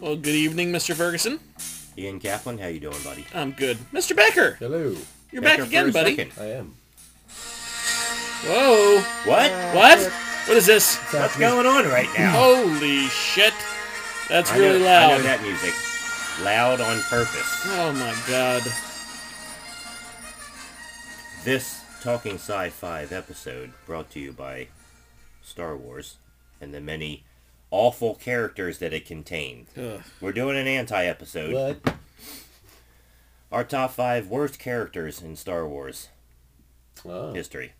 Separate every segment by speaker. Speaker 1: Well, good evening, Mr. Ferguson.
Speaker 2: Ian Kaplan, how you doing, buddy?
Speaker 1: I'm good. Mr. Becker,
Speaker 3: Hello,
Speaker 1: you're back
Speaker 2: Becker for
Speaker 1: again,
Speaker 2: a
Speaker 1: buddy.
Speaker 2: second.
Speaker 3: I am.
Speaker 1: Whoa.
Speaker 2: What?
Speaker 1: What? What is this?
Speaker 2: What's going on right now?
Speaker 1: Holy shit. That's
Speaker 2: I know-
Speaker 1: Oh, really
Speaker 2: I know
Speaker 1: loud.
Speaker 2: that music. Loud on purpose.
Speaker 1: Oh my god.
Speaker 2: This Talking Sci-Fi episode brought to you by Star Wars and the many awful characters that it contained.
Speaker 1: Ugh.
Speaker 2: We're doing an anti-episode.
Speaker 3: What?
Speaker 2: Our top five worst characters in Star Wars
Speaker 3: Oh.
Speaker 2: history.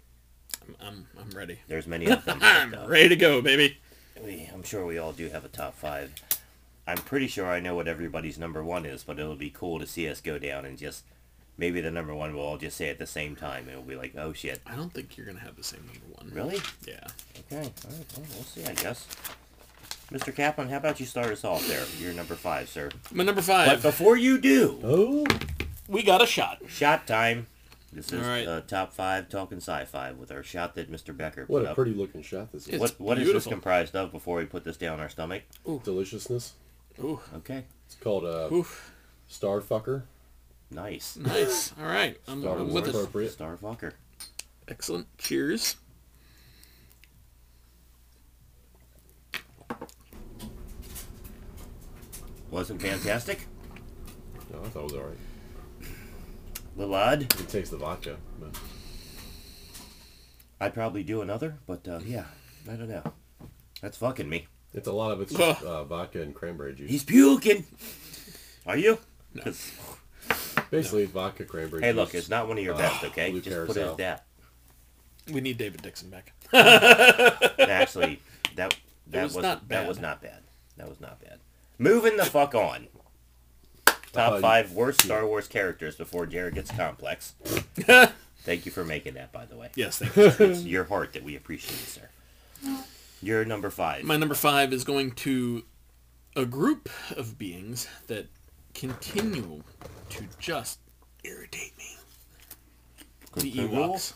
Speaker 1: I'm, I'm ready.
Speaker 2: There's many of them. uh,
Speaker 1: I'm ready to go, baby.
Speaker 2: We, I'm sure we all do have a top five. I'm pretty sure I know what everybody's number one is, but it'll be cool to see us go down and just maybe the number one we'll all just say at the same time. It'll be like, oh shit,
Speaker 1: I don't think you're gonna have the same number one.
Speaker 2: really?
Speaker 1: Yeah.
Speaker 2: Okay, all right, well, we'll see, I guess. Mr. Kaplan, how about you start us off there? You're number five, sir.
Speaker 1: My number
Speaker 2: But
Speaker 1: five.
Speaker 2: before you do,
Speaker 3: Oh,
Speaker 1: We got a shot.
Speaker 2: shot time. This is
Speaker 1: All right.
Speaker 2: uh, top five talking sci-fi with our shot that Mr. Becker put
Speaker 3: what a
Speaker 2: up.
Speaker 3: pretty looking shot this is.
Speaker 1: It's
Speaker 2: what what is this
Speaker 1: beautiful.
Speaker 2: comprised of? Before we put this down our stomach,
Speaker 3: Deliciousness.
Speaker 1: Ooh,
Speaker 2: okay,
Speaker 3: It's called uh,
Speaker 1: oof.
Speaker 3: Starfucker.
Speaker 2: nice.
Speaker 1: Nice. All right. I'm,
Speaker 3: Star
Speaker 1: I'm
Speaker 3: Wars
Speaker 1: with it.
Speaker 3: appropriate.
Speaker 2: Starfucker.
Speaker 1: Excellent. Cheers.
Speaker 2: Wasn't fantastic.
Speaker 3: No, I thought it was all right.
Speaker 2: Little odd.
Speaker 3: You can taste the vodka. but-
Speaker 2: I'd probably do another, but uh, yeah, I don't know. That's fucking me.
Speaker 3: It's a lot of it's just, uh, vodka and cranberry juice.
Speaker 2: He's puking. Are you? 'Cause-
Speaker 3: Basically, vodka cranberry.
Speaker 2: Hey,
Speaker 3: juice.
Speaker 2: look, it's not one of
Speaker 1: Oh,
Speaker 2: your best,
Speaker 3: Uh,
Speaker 2: okay?
Speaker 3: blue
Speaker 2: Just put it
Speaker 3: carousel.
Speaker 2: as that.
Speaker 1: We need David Dixon back.
Speaker 2: Actually, that that
Speaker 1: was
Speaker 2: was,
Speaker 1: not
Speaker 2: that
Speaker 1: bad.
Speaker 2: was not bad. That was not bad. Moving the fuck on.
Speaker 3: Uh,
Speaker 2: Top
Speaker 1: Uh,
Speaker 3: you-
Speaker 2: five worst Star Wars characters before Jared gets complex. Thank you for making that, by the way.
Speaker 1: yes, thank you.
Speaker 2: It's your heart that we appreciate, sir. You're number five.
Speaker 1: My number five is going to a group of beings that continue to just irritate me. The Ewoks.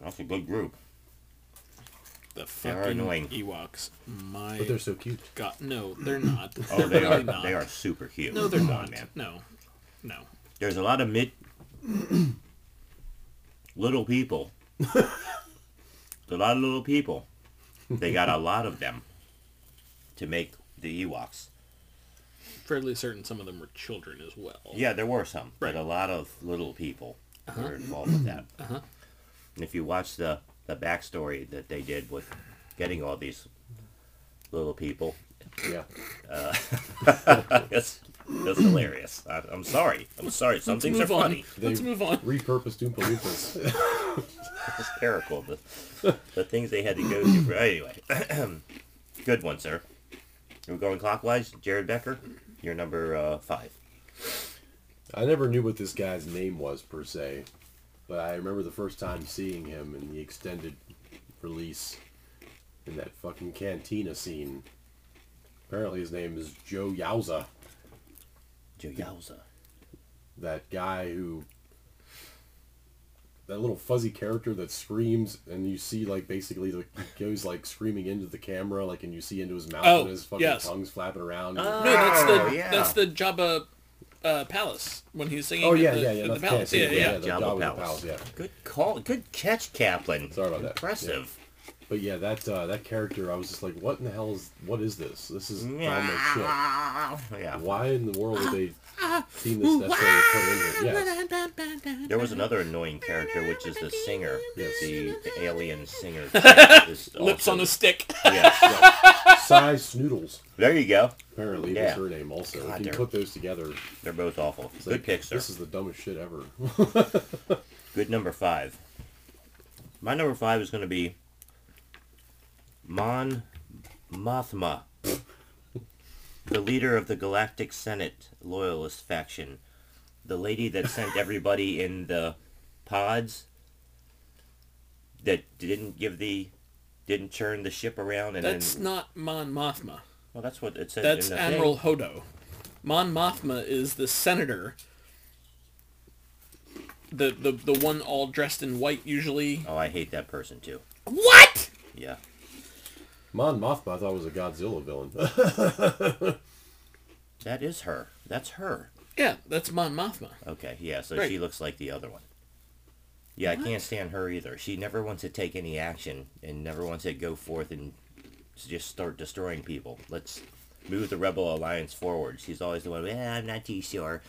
Speaker 2: That's a good group.
Speaker 1: The
Speaker 2: They are
Speaker 1: fucking
Speaker 2: annoying.
Speaker 1: Ewoks. My
Speaker 3: But they're so cute.
Speaker 1: God. No, they're not.
Speaker 2: Oh,
Speaker 1: they're
Speaker 2: they
Speaker 1: really
Speaker 2: are.
Speaker 1: not.
Speaker 2: They are super cute.
Speaker 1: No, they're
Speaker 2: Come
Speaker 1: not.
Speaker 2: on, man.
Speaker 1: No. No.
Speaker 2: There's a lot of mid little people. There's a lot of little people. They got a lot of them to make the Ewoks.
Speaker 1: Fairly certain some of them were children as well.
Speaker 2: Yeah, there were some,
Speaker 1: Right. Uh-huh.
Speaker 2: but a lot of little people were involved with that. And if you watch the the backstory that they did with getting all these little people,
Speaker 3: Yeah.
Speaker 2: that's that's hilarious. I, I'm sorry. I'm sorry. Some things are
Speaker 1: Move on.
Speaker 2: funny.
Speaker 1: Let's
Speaker 3: They-
Speaker 1: move on.
Speaker 3: Repurposed Oompa Loompas.
Speaker 2: hysterical the, the things they had to go through. But anyway, good one, sir. We're going clockwise. Jared Becker, you're number uh, five.
Speaker 3: I never knew what this guy's name was per se, but I remember the first time seeing him in the extended release in that fucking cantina scene. Apparently, his name is Joe Yauza,
Speaker 2: Joe Yowza.
Speaker 3: that guy who. That little fuzzy character that screams, and you see, like, basically, the, he goes, like, screaming into the camera, like, and you see into his mouth,
Speaker 1: Oh,
Speaker 3: and his fucking
Speaker 1: yes. Uh.
Speaker 3: tongue's flapping around.
Speaker 1: No, that's the
Speaker 2: Oh, yeah.
Speaker 1: that's the Jabba uh, palace when he's singing.
Speaker 3: oh,
Speaker 1: at
Speaker 3: yeah,
Speaker 1: the,
Speaker 3: yeah, yeah.
Speaker 1: at
Speaker 3: that's
Speaker 1: the palace.
Speaker 3: Cassidy,
Speaker 1: Yeah, yeah.
Speaker 3: the
Speaker 2: Jabba
Speaker 3: Jabba
Speaker 2: Palace.
Speaker 3: Palace, yeah.
Speaker 2: Good call. Good catch, Kaplan.
Speaker 3: Sorry about that.
Speaker 2: Impressive.
Speaker 3: But yeah, that uh, that character, I was just like, what in the hell is what is this? This is dumb as
Speaker 2: Yeah.
Speaker 3: shit. Why in the world would they deem this necessary to put in here? Yes.
Speaker 2: There was another annoying character, which is the singer,
Speaker 3: Yes.
Speaker 2: the, the alien singer. Is
Speaker 1: Lips
Speaker 2: also-
Speaker 1: on a stick.
Speaker 2: Yes.
Speaker 3: Size Snoodles,
Speaker 2: There you go.
Speaker 3: apparently,
Speaker 2: Yeah.
Speaker 3: was her name also.
Speaker 2: God,
Speaker 3: if you
Speaker 2: they're-
Speaker 3: put those together, it's
Speaker 2: They're both awful.
Speaker 3: like,
Speaker 2: Good pick, sir.
Speaker 3: This is the dumbest shit ever.
Speaker 2: Good number five. My number five is going to be Mon Mothma, the leader of the Galactic Senate Loyalist faction, the lady that sent everybody in the pods that didn't give the didn't turn the ship around and
Speaker 1: That's
Speaker 2: then
Speaker 1: not Mon Mothma.
Speaker 2: well that's what it said
Speaker 1: That's
Speaker 2: in the
Speaker 1: Admiral
Speaker 2: thing.
Speaker 1: Hodo. Mon Mothma is the senator. The, the the one all dressed in white usually.
Speaker 2: Oh, I hate that person too.
Speaker 1: What?
Speaker 2: Yeah.
Speaker 3: Mon Mothma I thought was a Godzilla villain.
Speaker 2: That is her. That's her.
Speaker 1: Yeah, that's Mon Mothma.
Speaker 2: Okay, yeah, so
Speaker 1: Right.
Speaker 2: she looks like the other one. Yeah, I can't stand her either. She never wants to take any action and never wants to go forth and s- just start destroying people. Let's move the Rebel Alliance forward. She's always the one, eh, I'm not too sure.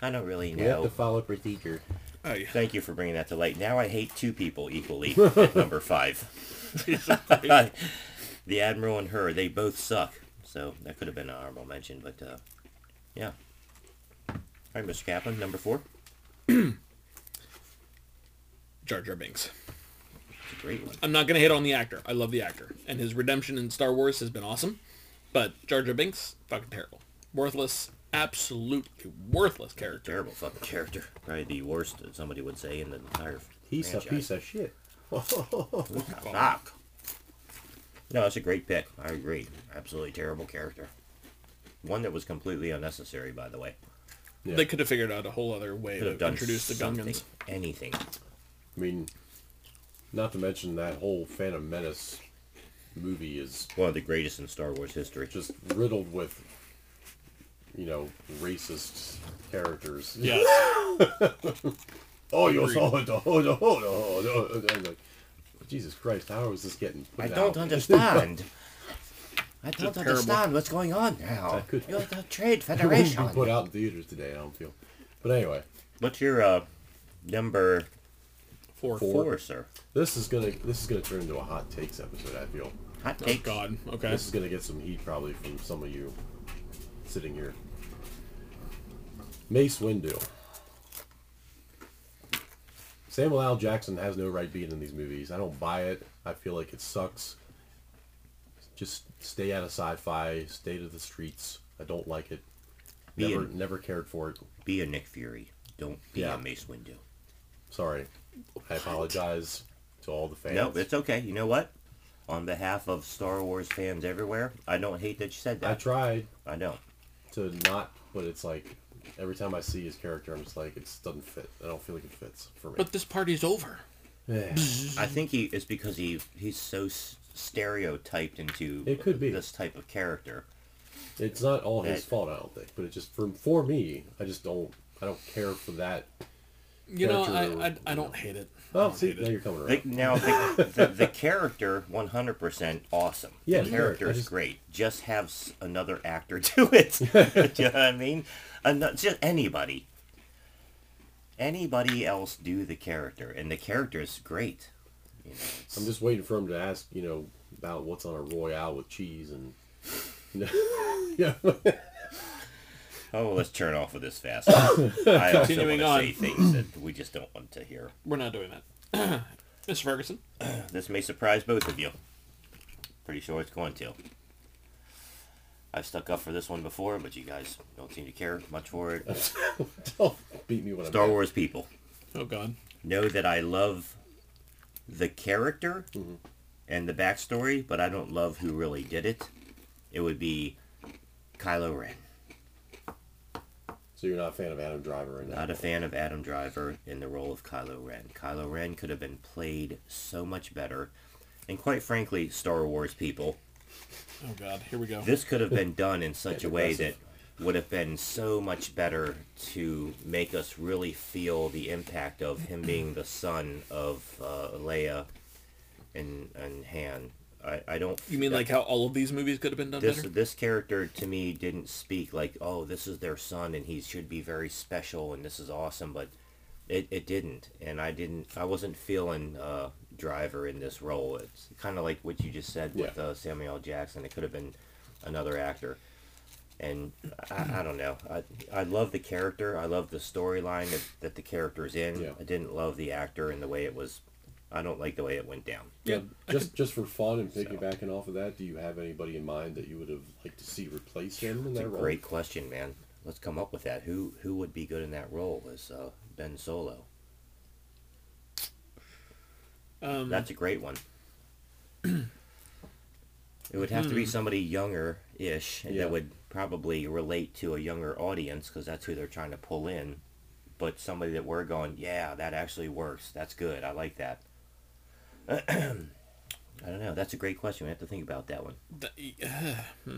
Speaker 2: I don't really
Speaker 3: we have
Speaker 2: know.
Speaker 3: to follow procedure.
Speaker 1: Oh yeah,
Speaker 2: Thank you for bringing that to light. Now I hate two people equally at number five. the Admiral and her, they both suck. So that could have been an honorable mention, but uh, yeah. All right, Mr. Kaplan, number four.
Speaker 1: Jar Jar Binks.
Speaker 2: It's a great one.
Speaker 1: I'm not gonna hit on the actor. I love the actor, and his redemption in Star Wars has been awesome. But Jar Jar Binks, fucking terrible, worthless, absolutely worthless character.
Speaker 2: Terrible fucking character. Probably the worst that somebody would say in the entire
Speaker 3: He's a
Speaker 2: franchise.
Speaker 3: piece of shit.
Speaker 2: Fuck. No, that's a great pick. I agree. Absolutely terrible character. One that was completely unnecessary, by the way.
Speaker 3: Yeah.
Speaker 1: They could have figured out a whole other way
Speaker 2: Could have
Speaker 1: to
Speaker 2: done
Speaker 1: introduce the
Speaker 2: something,
Speaker 1: Gungans.
Speaker 2: anything.
Speaker 3: I mean, not to mention that whole Phantom Menace movie is
Speaker 2: One of the greatest in Star Wars history.
Speaker 3: just riddled with, you know, racist characters.
Speaker 1: Yes.
Speaker 3: Oh, you saw it. Oh, no, oh, no, oh, no. And I'm like, Jesus Christ, how is this getting put
Speaker 2: I
Speaker 3: out?
Speaker 2: don't understand. I don't
Speaker 1: terrible.
Speaker 2: understand what's going on now.
Speaker 3: That could-
Speaker 2: You're the Trade
Speaker 3: It wouldn't be put
Speaker 2: Federation.
Speaker 3: out in theaters today, I don't feel. But anyway,
Speaker 2: What's your uh, number
Speaker 1: Four.
Speaker 2: four, sir?
Speaker 3: this is gonna this is gonna turn into a hot takes episode. I feel
Speaker 2: Hot
Speaker 1: Oh
Speaker 2: take.
Speaker 1: God. Okay.
Speaker 3: this is gonna get some heat probably from some of you sitting here. Mace Windu. Samuel L. Jackson has no right being in these movies. I don't buy it. I feel like it sucks. Just stay out of sci-fi. Stay to the streets. I don't like it.
Speaker 2: Be
Speaker 3: Never,
Speaker 2: in-
Speaker 3: never cared for it.
Speaker 2: Be a Nick Fury. Don't be
Speaker 3: Yeah.
Speaker 2: a Mace Windu.
Speaker 3: Sorry. I apologize to all the fans.
Speaker 2: No, it's okay. You know what? On behalf of Star Wars fans everywhere, I don't hate that you said
Speaker 3: I
Speaker 2: that.
Speaker 3: tried
Speaker 2: I don't.
Speaker 3: to not, but it's like every time I see his character, I'm just like, it doesn't fit. I don't feel like it fits for me.
Speaker 1: But this party's over.
Speaker 3: Yeah.
Speaker 2: I think he it's because he he's so s- stereotyped into
Speaker 3: It could be.
Speaker 2: this type of character.
Speaker 3: it's not all his
Speaker 2: That-
Speaker 3: fault, I don't think. But it just for for me, I just don't. I don't care for that.
Speaker 1: You know,
Speaker 3: Character-
Speaker 1: I, I I don't hate it. I
Speaker 3: Oh,
Speaker 1: don't
Speaker 3: see,
Speaker 1: hate
Speaker 3: now
Speaker 1: it.
Speaker 3: you're coming around.
Speaker 2: The, now the, the, the character 100% awesome.
Speaker 3: Yeah,
Speaker 2: the
Speaker 3: sure.
Speaker 2: character
Speaker 3: I
Speaker 2: is
Speaker 3: just-
Speaker 2: great. Just have s- another actor do it. Do you know what I mean? And not just anybody. Anybody else do the character, and the character is great. You know, it's-
Speaker 3: I'm just waiting for him to ask, you know, about what's on a royale with cheese and. yeah,
Speaker 2: Oh, let's turn off of this fast. I also want
Speaker 1: Continuing
Speaker 2: to
Speaker 1: on.
Speaker 2: say things that we just don't want to hear.
Speaker 1: We're not doing that. Mr. Ferguson.
Speaker 2: This may surprise both of you. Pretty sure it's going to. I've stuck up for this one before, but you guys don't seem to care much for it.
Speaker 3: don't beat me when
Speaker 2: Star
Speaker 3: I'm.
Speaker 2: Wars people
Speaker 1: Oh God.
Speaker 2: know that I love the character
Speaker 1: Mm-hmm.
Speaker 2: and the backstory, but I don't love who really did it. It would be Kylo Ren.
Speaker 3: So you're not a fan of Adam Driver and
Speaker 2: Not a fan of Adam Driver in the role of Kylo Ren. Kylo Ren could have been played so much better. And quite frankly, Star Wars people,
Speaker 1: Oh God. Here we go.
Speaker 2: this could have been done in such a way that
Speaker 3: Aggressive.
Speaker 2: would have been so much better to make us really feel the impact of him being the son of uh, Leia and and Han. I, I don't.
Speaker 1: You mean like how all of these movies could have been done
Speaker 2: this
Speaker 1: better?
Speaker 2: this character to me didn't speak like oh this is their son and he should be very special and this is awesome but it, it didn't and i didn't i wasn't feeling uh driver in this role it's kind of like what you just said with
Speaker 3: Yeah.
Speaker 2: uh, samuel L. jackson it could have been another actor and I, I don't know I, I love the character i love the storyline that, that the character is in
Speaker 3: Yeah.
Speaker 2: i didn't love the actor and the way it was i don't like the way it went down
Speaker 1: Yeah.
Speaker 3: Just just for fun and piggybacking off of that, do you have anybody in mind that you would have liked to see replace him in
Speaker 2: It's a
Speaker 3: that role?
Speaker 2: great question, man. Let's come up with that. Who who would be good in that role as uh, Ben Solo?
Speaker 3: Mm-hmm.
Speaker 1: Um,
Speaker 2: That's a great one. it would have to be somebody younger ish
Speaker 3: Mm-hmm. Yeah.
Speaker 2: that would probably relate to a younger audience because that's who they're trying to pull in. But somebody that we're going, yeah, that actually works. That's good. I like that. I don't know. That's a great question. We have to think about that one.
Speaker 1: The- uh,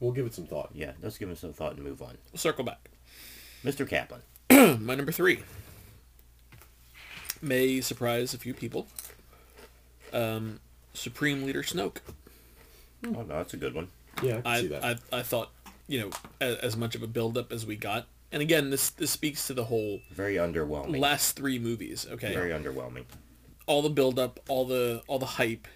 Speaker 3: We'll give it some thought.
Speaker 2: Yeah, let's give him some thought and move on.
Speaker 1: we'll circle back.
Speaker 2: Mr. Kaplan.
Speaker 1: My number three may surprise a few people. Um, Supreme Leader Snoke.
Speaker 3: Hmm.
Speaker 2: Oh, no, that's a good one.
Speaker 3: Yeah, I can see that.
Speaker 1: I, I I thought you know as, as much of a buildup as we got, and again this this speaks to the whole
Speaker 2: Very underwhelming.
Speaker 1: last three movies. Okay,
Speaker 2: Very underwhelming.
Speaker 1: all the buildup, all the all the hype,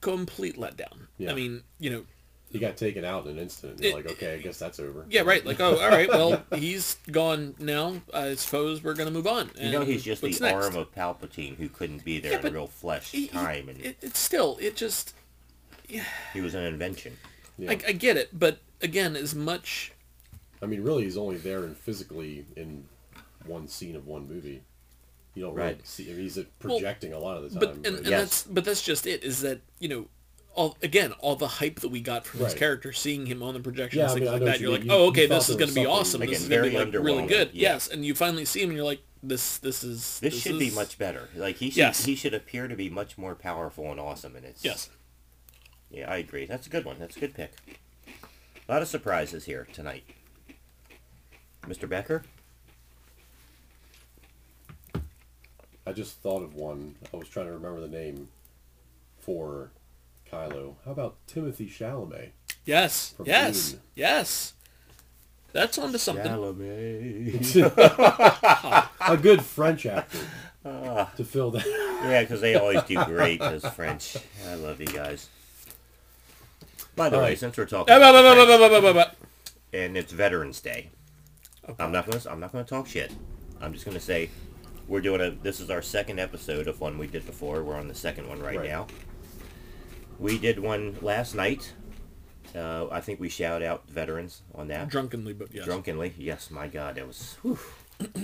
Speaker 1: complete letdown.
Speaker 3: Yeah.
Speaker 1: I mean, you know,
Speaker 3: he got taken out in an instant. And you're like, okay, I guess that's over.
Speaker 1: yeah, right. Like, oh, all right, well, he's gone now. I suppose we're gonna move on.
Speaker 2: You know, he's just the
Speaker 1: what's next?
Speaker 2: arm of Palpatine who couldn't be there
Speaker 1: Yeah,
Speaker 2: in
Speaker 1: but
Speaker 2: real flesh
Speaker 1: He- he-
Speaker 2: time, and
Speaker 1: it, it's still it just
Speaker 2: he was an invention.
Speaker 3: Yeah.
Speaker 1: I, I get it, but again, as much
Speaker 3: I mean, really, he's only there and physically in one scene of one movie. You don't really
Speaker 2: Right.
Speaker 3: see. I mean, he's uh, projecting a lot of the
Speaker 1: but
Speaker 3: time.
Speaker 1: and, and
Speaker 2: Um, Yes.
Speaker 1: that's but that's just it is that you know all again all the hype that we got from his
Speaker 3: Right.
Speaker 1: character seeing him on the projection
Speaker 3: Yeah,
Speaker 1: and
Speaker 3: I
Speaker 1: things
Speaker 3: mean, I
Speaker 1: like
Speaker 3: know
Speaker 1: that
Speaker 3: what you
Speaker 1: you're like
Speaker 3: mean. You-
Speaker 1: oh
Speaker 3: you
Speaker 1: okay
Speaker 3: thought
Speaker 1: this is
Speaker 3: there
Speaker 1: going to
Speaker 3: was
Speaker 1: be
Speaker 3: something-
Speaker 1: awesome this
Speaker 2: Again,
Speaker 1: is going to
Speaker 2: very
Speaker 1: be like really
Speaker 2: underwhelming,
Speaker 1: good
Speaker 2: yeah.
Speaker 1: yes and you finally see him and you're like this this is
Speaker 2: This, should be
Speaker 1: is-
Speaker 2: much better. Like he should,
Speaker 1: Yes.
Speaker 2: he should appear to be much more powerful and awesome, and it's
Speaker 1: yes
Speaker 2: yeah, I agree. That's a good one. That's a good pick. A lot of surprises here tonight. Mr. Becker,
Speaker 3: I just thought of one. I was trying to remember the name for Kylo. How about Timothy Chalamet?
Speaker 1: yes
Speaker 3: From
Speaker 1: yes
Speaker 3: Dune.
Speaker 1: yes that's onto something
Speaker 2: Chalamet.
Speaker 3: A good French actor to fill that.
Speaker 2: yeah, because they always do great as French. I love you guys. By the
Speaker 3: All
Speaker 2: way,
Speaker 3: right.
Speaker 2: since we're talking,
Speaker 1: Ah, bah, bah, bah,
Speaker 2: about
Speaker 1: bah,
Speaker 2: French,
Speaker 1: bah, bah, bah, bah.
Speaker 2: and it's Veterans Day,
Speaker 1: Okay.
Speaker 2: I'm not gonna I'm not gonna talk shit. I'm just gonna say we're doing a this is our second episode of one we did before. We're on the second one right,
Speaker 3: Right.
Speaker 2: now. We did one last night. Uh, I think we shout out veterans on that.
Speaker 1: drunkenly but yes
Speaker 2: Drunkenly, yes, my God, that was whew,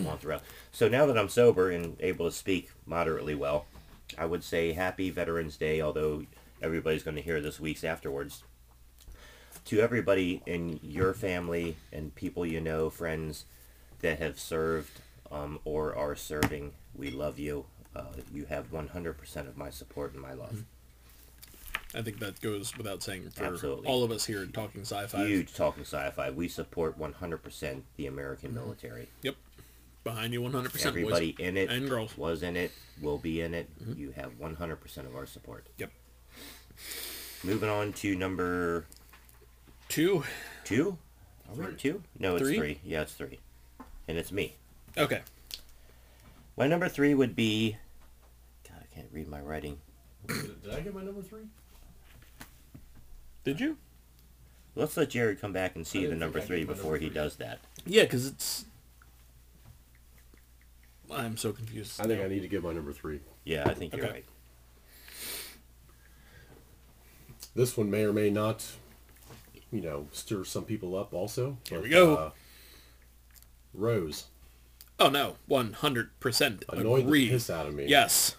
Speaker 2: on throughout. So now that I'm sober and able to speak moderately well, I would say Happy Veterans Day. Although everybody's going to hear this week's afterwards. To everybody in your family and people you know, friends that have served um, or are serving, we love you. Uh, you have 100% of my support and my love.
Speaker 1: I think that goes without saying for
Speaker 2: Absolutely.
Speaker 1: all of us here at talking sci-fi
Speaker 2: Huge talking sci-fi. We support 100% the American military.
Speaker 1: yep behind you 100 percent
Speaker 2: Everybody in it
Speaker 1: and girls.
Speaker 2: was in it, will be in it.
Speaker 3: Mm-hmm.
Speaker 2: You have 100% of our support.
Speaker 1: yep
Speaker 2: Moving on to number
Speaker 1: two
Speaker 2: two. Are we at two? No,
Speaker 1: Three?
Speaker 2: it's three. Yeah, it's three. And it's me.
Speaker 1: okay
Speaker 2: My number three would be. God, I can't read my writing.
Speaker 3: Did I get my number three?
Speaker 1: did you
Speaker 2: Let's let Jared come back and
Speaker 3: I
Speaker 2: see
Speaker 3: didn't
Speaker 2: the
Speaker 3: think
Speaker 2: number
Speaker 3: I did
Speaker 2: three
Speaker 3: my
Speaker 2: before
Speaker 3: number
Speaker 2: he
Speaker 3: three.
Speaker 2: does that.
Speaker 1: Yeah, because it's. I'm so confused.
Speaker 3: I think I need to get my number three.
Speaker 2: Yeah, I think you're
Speaker 1: Okay.
Speaker 2: right.
Speaker 3: This one may or may not, you know, stir some people up. Also,
Speaker 1: Here we
Speaker 3: but, uh,
Speaker 1: go.
Speaker 3: Rose
Speaker 1: Oh no, one hundred percent
Speaker 3: annoyed the
Speaker 1: agree.
Speaker 3: piss out of me.
Speaker 1: Yes,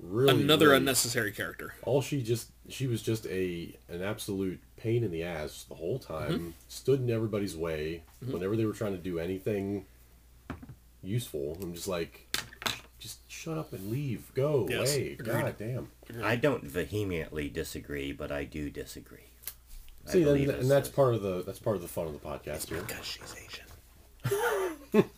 Speaker 3: really.
Speaker 1: another
Speaker 3: really-
Speaker 1: unnecessary character.
Speaker 3: all she just she was just a an absolute pain in the ass the whole time
Speaker 1: Mm-hmm.
Speaker 3: stood in everybody's way whenever they were trying to do anything useful i'm just like just shut up and leave go
Speaker 1: Yes,
Speaker 3: away
Speaker 1: agreed.
Speaker 3: god damn
Speaker 2: I don't vehemently disagree, but I do disagree. I
Speaker 3: see then,
Speaker 2: believe
Speaker 3: and
Speaker 2: it's
Speaker 3: that's
Speaker 2: a-
Speaker 3: part of the that's part of the fun of the podcast here
Speaker 1: Because she's Asian.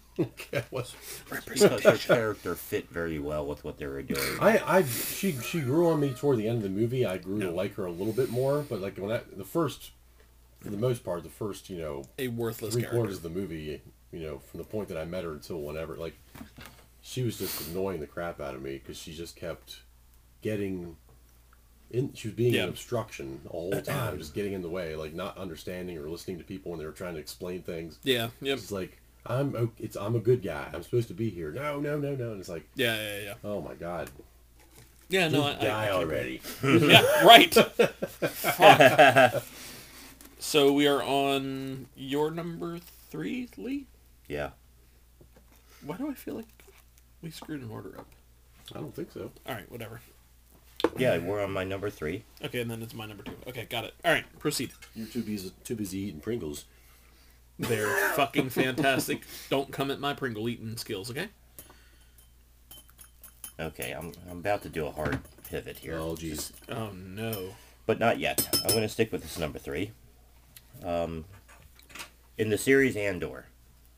Speaker 3: Yeah, what's-
Speaker 2: because her character fit very well with what they were doing.
Speaker 3: I, I she she grew on me toward the end of the movie. I grew to like her a little bit more, but like when I, the first, for the most part, the first you know
Speaker 1: A worthless
Speaker 3: three
Speaker 1: character.
Speaker 3: quarters of the movie, you know, from the point that I met her until whenever, like, she was just annoying the crap out of me because she just kept getting in. She was being
Speaker 1: Yeah.
Speaker 3: an obstruction the whole time, just getting in the way, like not understanding or listening to people when they were trying to explain things.
Speaker 1: Yeah. Yep.
Speaker 3: It's like I'm o- it's I'm a good guy. I'm supposed to be here. No, no, no, no. And it's like,
Speaker 1: Yeah. Yeah. Yeah.
Speaker 3: oh my god,
Speaker 1: Yeah. No. I,
Speaker 3: just die
Speaker 1: I,
Speaker 3: already.
Speaker 1: yeah. Right. Fuck. So we are on your number three, Lee.
Speaker 2: Yeah.
Speaker 1: Why do I feel like we screwed an order up?
Speaker 3: I don't think so.
Speaker 1: All right. Whatever.
Speaker 2: Yeah, we're on my number three.
Speaker 1: Okay, and then it's my number two. Okay, got it. All right, proceed.
Speaker 3: You're too busy too busy eating Pringles.
Speaker 1: They're fucking fantastic. Don't come at my Pringle eating skills, okay?
Speaker 2: Okay, I'm, I'm about to do a hard pivot here.
Speaker 3: Oh, jeez.
Speaker 1: Oh no.
Speaker 2: but not yet. I'm going to stick with this number three. Um, in the series Andor,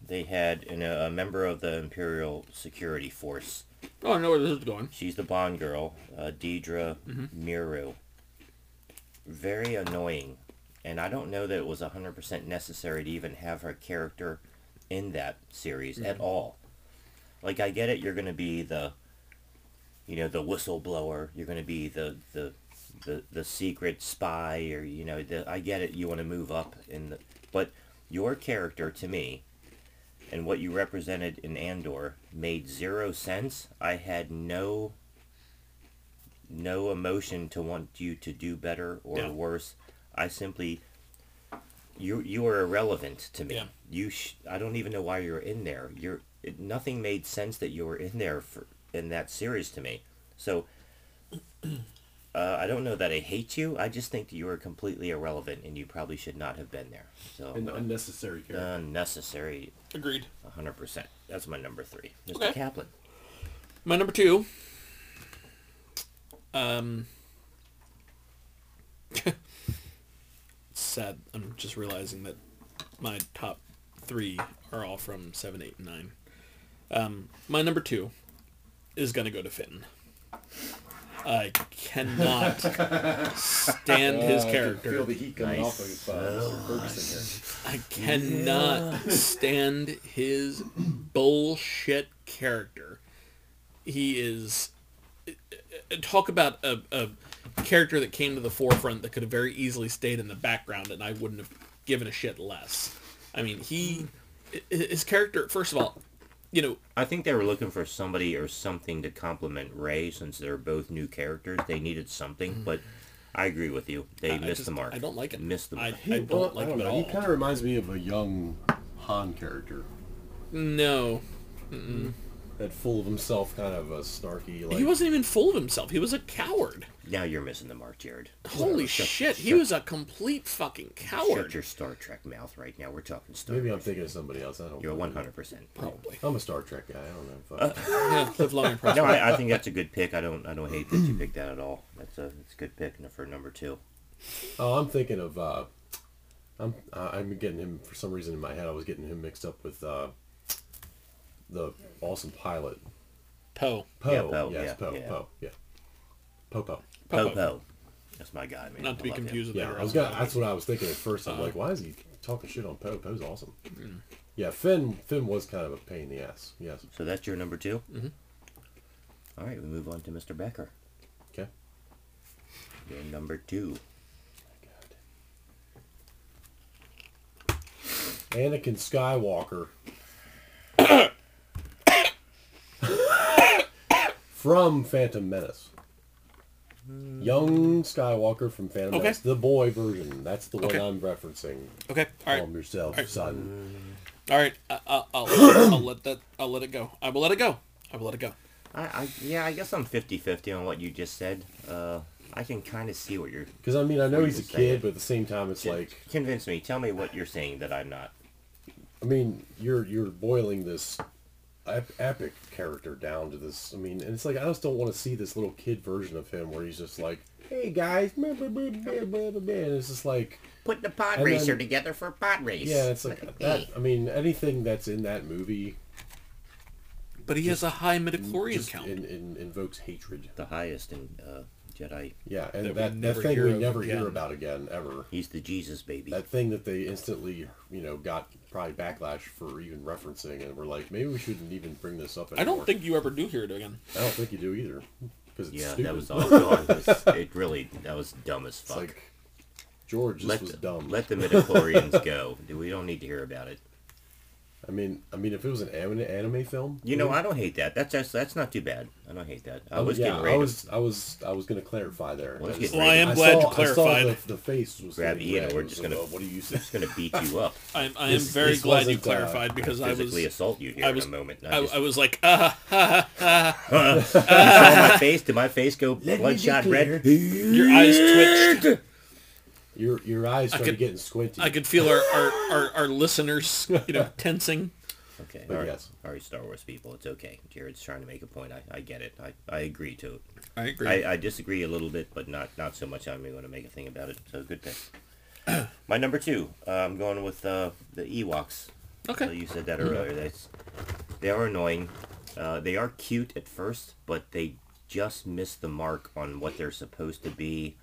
Speaker 2: they had an, a member of the Imperial Security Force.
Speaker 1: Oh, I know where this is going.
Speaker 2: She's the Bond girl, uh, Deidre Miru. Very annoying, and I don't know that it was 100% necessary to even have her character in that series at all. Like, I get it. You're going to be the, you know, the whistleblower. You're going to be the the the, the secret spy or you know the, i get it you want to move up in the but your character to me and what you represented in andor made zero sense i had no no emotion to want you to do better or
Speaker 1: Yeah.
Speaker 2: worse i simply you you are irrelevant to me
Speaker 1: Yeah.
Speaker 2: you sh- i don't even know why you're in there you're it, nothing made sense that you were in there for in that series to me so uh, I don't know that I hate you. I just think that you are completely irrelevant and you probably should not have been there. So
Speaker 3: An unnecessary character.
Speaker 2: unnecessary,
Speaker 1: Agreed.
Speaker 2: hundred percent. That's my number three, Mr.
Speaker 1: Okay.
Speaker 2: Kaplan.
Speaker 1: My number two. Um. it's sad. I'm just realizing that my top three are all from seven, eight, and nine. Um, my number two is gonna go to Finn. I cannot stand his character.
Speaker 3: Oh, Feel the heat coming
Speaker 2: Nice.
Speaker 3: off of uh, Mr. Ferguson
Speaker 1: I cannot stand his bullshit character. He is uh, talk about a, a character that came to the forefront that could have very easily stayed in the background and I wouldn't have given a shit less. I mean, he hi- his character first of all, you know,
Speaker 2: I think they were looking for somebody or something to complement Ray since they're both new characters. They needed something, but I agree with you. They
Speaker 1: Mm. I
Speaker 2: missed
Speaker 1: just-
Speaker 2: the mark.
Speaker 1: I don't like it.
Speaker 2: Missed the
Speaker 1: I,
Speaker 2: mark.
Speaker 1: I
Speaker 3: here.
Speaker 1: don't like him at
Speaker 3: know, He
Speaker 1: all.
Speaker 3: kind of reminds me of a young Han character.
Speaker 1: No.
Speaker 3: That full of himself kind of a snarky, like...
Speaker 1: He wasn't even full of himself. He was a coward.
Speaker 2: now you're missing the mark, Jared.
Speaker 1: Holy
Speaker 2: Shut-
Speaker 1: shit, he
Speaker 2: shut-
Speaker 1: was a complete fucking
Speaker 2: Shut
Speaker 1: coward.
Speaker 2: your Star Trek mouth right now. We're talking Star.
Speaker 3: Maybe I'm thinking of somebody else. I don't
Speaker 2: You're
Speaker 3: know.
Speaker 2: one hundred Uh. percent.
Speaker 1: Probably.
Speaker 3: I'm a Star Trek guy. I don't know. Fuck.
Speaker 1: Yeah, live long and prosper.
Speaker 2: No, I, I think that's a good pick. I don't. I don't hate that you picked that at all. That's a. That's a good pick for number two.
Speaker 3: Oh, I'm thinking of. Uh, I'm uh, I'm getting him for some reason in my head. I was getting him mixed up with uh, the awesome pilot
Speaker 1: Poe.
Speaker 3: Poe.
Speaker 2: Yeah, Poe,
Speaker 3: yes,
Speaker 2: yeah,
Speaker 3: Poe.
Speaker 2: yeah.
Speaker 3: Poe. Yeah. Poe. Poe.
Speaker 1: Popo.
Speaker 2: Popo. That's my guy, man.
Speaker 1: Not
Speaker 2: I
Speaker 1: to be
Speaker 2: love him.
Speaker 1: confused with
Speaker 3: Yeah,
Speaker 1: the Uh-huh.
Speaker 3: I was gonna, that's what I was thinking at first. I'm like, why is he talking shit on Poe? Poe's awesome.
Speaker 1: Mm-hmm.
Speaker 3: Yeah, Finn. Finn was kind of a pain in the ass. Yes.
Speaker 2: So that's your number 2 Mm-hmm. All right, we move on to Mr. Becker.
Speaker 3: Okay.
Speaker 2: Your number two.
Speaker 3: Anakin Skywalker. from Phantom Menace. Young Skywalker from Phantom
Speaker 1: Mm. Okay.
Speaker 3: Menace. The boy version. That's the
Speaker 1: Okay.
Speaker 3: one I'm referencing.
Speaker 1: Okay, all right,
Speaker 3: Calm yourself,
Speaker 1: All right.
Speaker 3: son.
Speaker 1: all right. I, I, I'll, I'll let that. I'll let it go. I will let it go. I will let it go.
Speaker 2: I, I yeah, I guess I'm 50-50 on what you just said. Uh, I can kind of see what you're.
Speaker 3: Because, I mean, I know
Speaker 2: You
Speaker 3: he's a
Speaker 2: can say
Speaker 3: kid,
Speaker 2: it.
Speaker 3: but at the same time, it's like,
Speaker 2: Convince me. Tell me what you're saying that I'm not.
Speaker 3: I mean, you're you're boiling this ep- epic character down to this. I mean, and it's like, I just don't want to see this little kid version of him where he's just like, hey, guys, blah, blah, blah, blah, blah, blah," and it's just like,
Speaker 2: Put the pod
Speaker 3: And then-
Speaker 2: racer together for a pod race.
Speaker 3: Yeah, it's like that. I mean, anything that's in that movie
Speaker 1: But he has a high midichlorian
Speaker 3: just
Speaker 1: count.
Speaker 3: in, in, invokes hatred.
Speaker 2: The highest in uh, Jedi.
Speaker 3: Yeah, and
Speaker 1: That we
Speaker 3: that, that,
Speaker 1: never
Speaker 3: thing
Speaker 1: hear
Speaker 3: we
Speaker 1: of
Speaker 3: never
Speaker 1: again.
Speaker 3: hear about again ever.
Speaker 2: He's the Jesus baby.
Speaker 3: That thing that they instantly, you know, got probably backlash for even referencing, and we're like, maybe we shouldn't even bring this up.
Speaker 1: I
Speaker 3: Anymore.
Speaker 1: don't think you ever do hear it again.
Speaker 3: I don't think you do either, because it's
Speaker 2: yeah,
Speaker 3: stupid.
Speaker 2: that was all gone. It was- It really that was dumb as
Speaker 3: it's
Speaker 2: fuck.
Speaker 3: like George this
Speaker 2: let
Speaker 3: was
Speaker 2: the,
Speaker 3: dumb.
Speaker 2: Let the midichlorians go. We don't need to hear about it.
Speaker 3: I mean, I mean, if it was an anime, anime film,
Speaker 2: You know, I don't hate that. That's just, that's not too bad. I don't hate that. I
Speaker 3: I
Speaker 2: was
Speaker 3: was, Mm-hmm. Oh, yeah,
Speaker 2: getting ready
Speaker 3: I was, I was, I was going to clarify there.
Speaker 2: I was
Speaker 3: I
Speaker 2: getting
Speaker 3: just-
Speaker 2: ready
Speaker 1: Well, I am
Speaker 3: I
Speaker 1: glad
Speaker 3: saw-
Speaker 1: you
Speaker 3: I saw
Speaker 1: clarified.
Speaker 3: the, the face was
Speaker 2: Grab
Speaker 3: getting
Speaker 2: Ian,
Speaker 3: red.
Speaker 2: we're
Speaker 3: It was
Speaker 2: just gonna-
Speaker 3: like, "Oh, What are you
Speaker 2: to- just going to beat you up.
Speaker 1: I'm, I am
Speaker 3: This-
Speaker 1: very
Speaker 3: this
Speaker 1: glad you
Speaker 3: wasn't, uh,
Speaker 1: clarified because I was,
Speaker 2: Physically assault you here
Speaker 1: I was,
Speaker 2: in a moment.
Speaker 1: I,
Speaker 2: I, just,
Speaker 1: I was like, ah,
Speaker 2: I saw my face. Did my face go
Speaker 3: me
Speaker 2: bloodshot red?
Speaker 1: your eyes twitched.
Speaker 3: Your your eyes started
Speaker 1: could-
Speaker 3: getting squinty.
Speaker 1: I could feel our, our, our, our listeners, you know, tensing.
Speaker 2: Okay.
Speaker 3: But
Speaker 2: all right.
Speaker 3: yes.
Speaker 2: All right, Star Wars people, it's okay. Jared's trying to make a point. I, I get it. I, I agree to it.
Speaker 1: I agree.
Speaker 3: uh,
Speaker 2: I, I disagree a little bit, but not not so much. I'm going to make a thing about it. So good pick. My number two. Uh, I'm going with uh, the Ewoks. So
Speaker 1: okay.
Speaker 2: you said that earlier. That's they are annoying. Uh, they are cute at first, but they just miss the mark on what they're supposed to be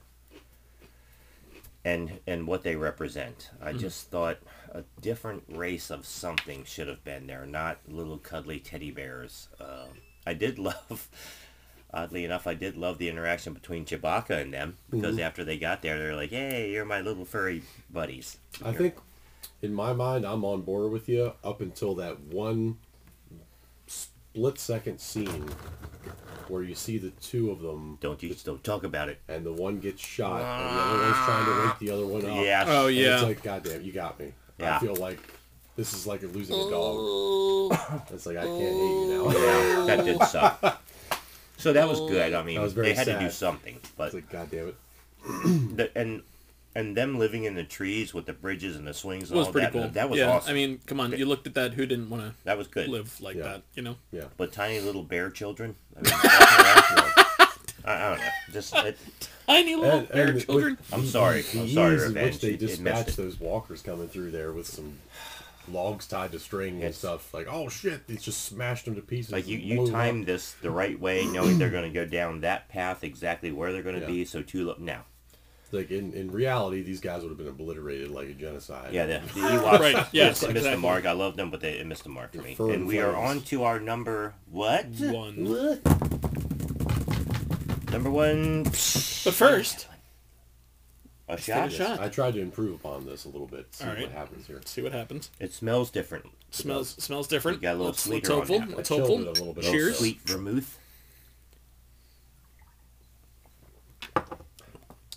Speaker 2: and and what they represent. I just thought a different race of something should have been there, not little cuddly teddy bears. Uh, I did love. Oddly enough, I did love the interaction between Chewbacca and them because after they got there, they're like, "Hey, you're my little furry buddies."
Speaker 3: I think, in my mind, I'm on board with you up until that one split second scene where you see the two of them
Speaker 2: Don't you just don't talk about it.
Speaker 3: and the one gets shot and the other one's trying to wake the other one up.
Speaker 2: Yeah.
Speaker 1: Oh
Speaker 3: And
Speaker 1: yeah.
Speaker 3: It's like, goddamn, you got me.
Speaker 2: Yeah.
Speaker 3: I feel like this is like losing a dog. It's like, I can't hate you now.
Speaker 2: Yeah, that did suck. So that was good. I mean,
Speaker 3: That was very
Speaker 2: they had to do
Speaker 3: sad.
Speaker 2: something, but
Speaker 3: It's like, goddamn it.
Speaker 2: the, and and them living in the trees with the bridges and the swings and
Speaker 1: was
Speaker 2: all
Speaker 1: pretty
Speaker 2: that,
Speaker 1: cool.
Speaker 2: that was
Speaker 1: yeah,
Speaker 2: awesome.
Speaker 1: I mean, come on, you looked at that. Who didn't want
Speaker 2: that was good.
Speaker 1: to live like
Speaker 3: Yeah.
Speaker 1: that? You know.
Speaker 3: Yeah.
Speaker 2: But tiny little bear children. I, mean, I, I don't know. Just it,
Speaker 1: Tiny little
Speaker 3: And-
Speaker 1: bear
Speaker 3: and with-
Speaker 1: children.
Speaker 2: I'm sorry. I'm sorry,
Speaker 3: ease in
Speaker 2: revenge.
Speaker 3: which they
Speaker 2: It- it messed
Speaker 3: dispatched
Speaker 2: it.
Speaker 3: those walkers coming through there with some logs tied to string and
Speaker 2: Yes.
Speaker 3: stuff. Like, oh shit, it's just smashed them to pieces.
Speaker 2: Like you,
Speaker 3: and
Speaker 2: you
Speaker 3: blew 'em up.
Speaker 2: timed this the right way, knowing they're going to go down that path exactly where they're going to
Speaker 3: Yeah.
Speaker 2: be. So two lo- now,
Speaker 3: Like in, in reality, these guys would have been obliterated like a genocide.
Speaker 2: Yeah, the, the Ewoks
Speaker 1: Right,
Speaker 2: missed-
Speaker 1: yes,
Speaker 2: missed the
Speaker 1: exactly.
Speaker 2: mark. I love them, but they it missed the mark for me.
Speaker 3: Fur
Speaker 2: And
Speaker 3: and
Speaker 2: we are
Speaker 3: flames.
Speaker 2: on to our number what?
Speaker 1: One.
Speaker 2: What? Number one.
Speaker 1: But first,
Speaker 2: A
Speaker 1: take a
Speaker 2: shot.
Speaker 1: shot.
Speaker 3: I tried to improve upon this a little bit. See
Speaker 1: All
Speaker 3: what
Speaker 1: right.
Speaker 3: happens here.
Speaker 1: See what happens.
Speaker 2: It smells different.
Speaker 1: Smells smells different.
Speaker 2: You got a little
Speaker 1: let's, let's
Speaker 2: sweeter on
Speaker 1: hopeful.
Speaker 2: that one.
Speaker 1: Let's
Speaker 3: I chilled
Speaker 1: hopeful.
Speaker 3: it a little bit.
Speaker 2: A little
Speaker 1: Cheers.
Speaker 2: Sweet vermouth.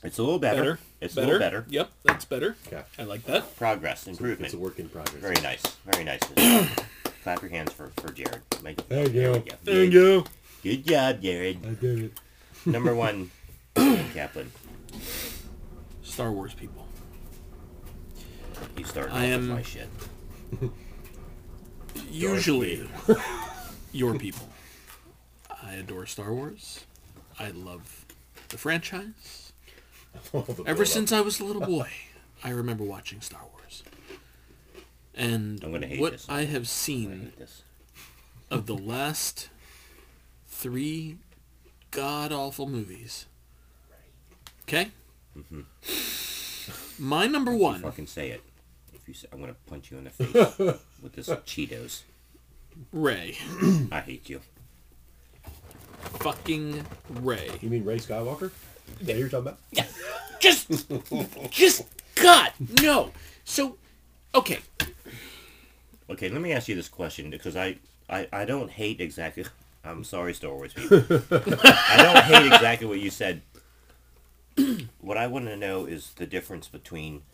Speaker 2: It's a little better.
Speaker 1: Better.
Speaker 2: It's
Speaker 1: better.
Speaker 2: a little better.
Speaker 1: Yep, that's better.
Speaker 3: Okay.
Speaker 1: I like that.
Speaker 2: Progress, improvement.
Speaker 3: It's a work in progress.
Speaker 2: Very nice. Very nice. Clap your hands for, for Jared. Make it- there
Speaker 3: Thank you.
Speaker 2: we go.
Speaker 1: Thank you.
Speaker 2: Good job, Jared.
Speaker 3: I did it.
Speaker 2: Number one, Ian Kaplan.
Speaker 1: Star Wars people.
Speaker 2: You started
Speaker 1: I
Speaker 2: off
Speaker 1: am-
Speaker 2: with my shit.
Speaker 1: Usually, your people. I adore Star Wars. I love the franchise.
Speaker 3: All the
Speaker 1: Ever
Speaker 3: buildup.
Speaker 1: since I was a little boy, I remember watching Star Wars. And
Speaker 2: I'm gonna hate
Speaker 1: what
Speaker 2: this.
Speaker 1: I have
Speaker 2: I
Speaker 1: seen
Speaker 2: hate this.
Speaker 1: of the last three god awful movies. Okay? My number
Speaker 2: Mm-hmm. You
Speaker 1: one,
Speaker 2: fucking say it. If you say, I'm gonna punch you in the face with this Cheetos.
Speaker 1: Ray.
Speaker 2: I hate you.
Speaker 1: Fucking Ray.
Speaker 3: You mean Ray Skywalker? Yeah, you're talking about.
Speaker 1: just just god no so okay
Speaker 2: Okay, let me ask you this question because I, I, I don't hate exactly. I'm sorry, Star Wars people. I don't hate exactly what you said. what I want to know is the difference between.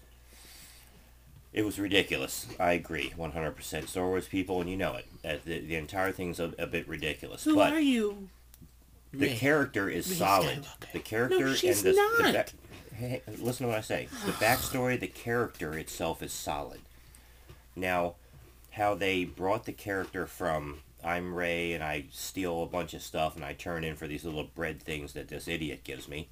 Speaker 2: It was ridiculous. I agree, 100%. Star Wars people, and you know it. Uh, The, the entire thing's a, a bit ridiculous. but
Speaker 1: you
Speaker 2: The character is solid.
Speaker 1: Skywalker.
Speaker 2: The character
Speaker 1: No, she's
Speaker 2: and the,
Speaker 1: not.
Speaker 2: the ba- hey, listen to what I say. The backstory, the character itself is solid. Now, how they brought the character from I'm Ray and I steal a bunch of stuff and I turn in for these little bread things that this idiot gives me.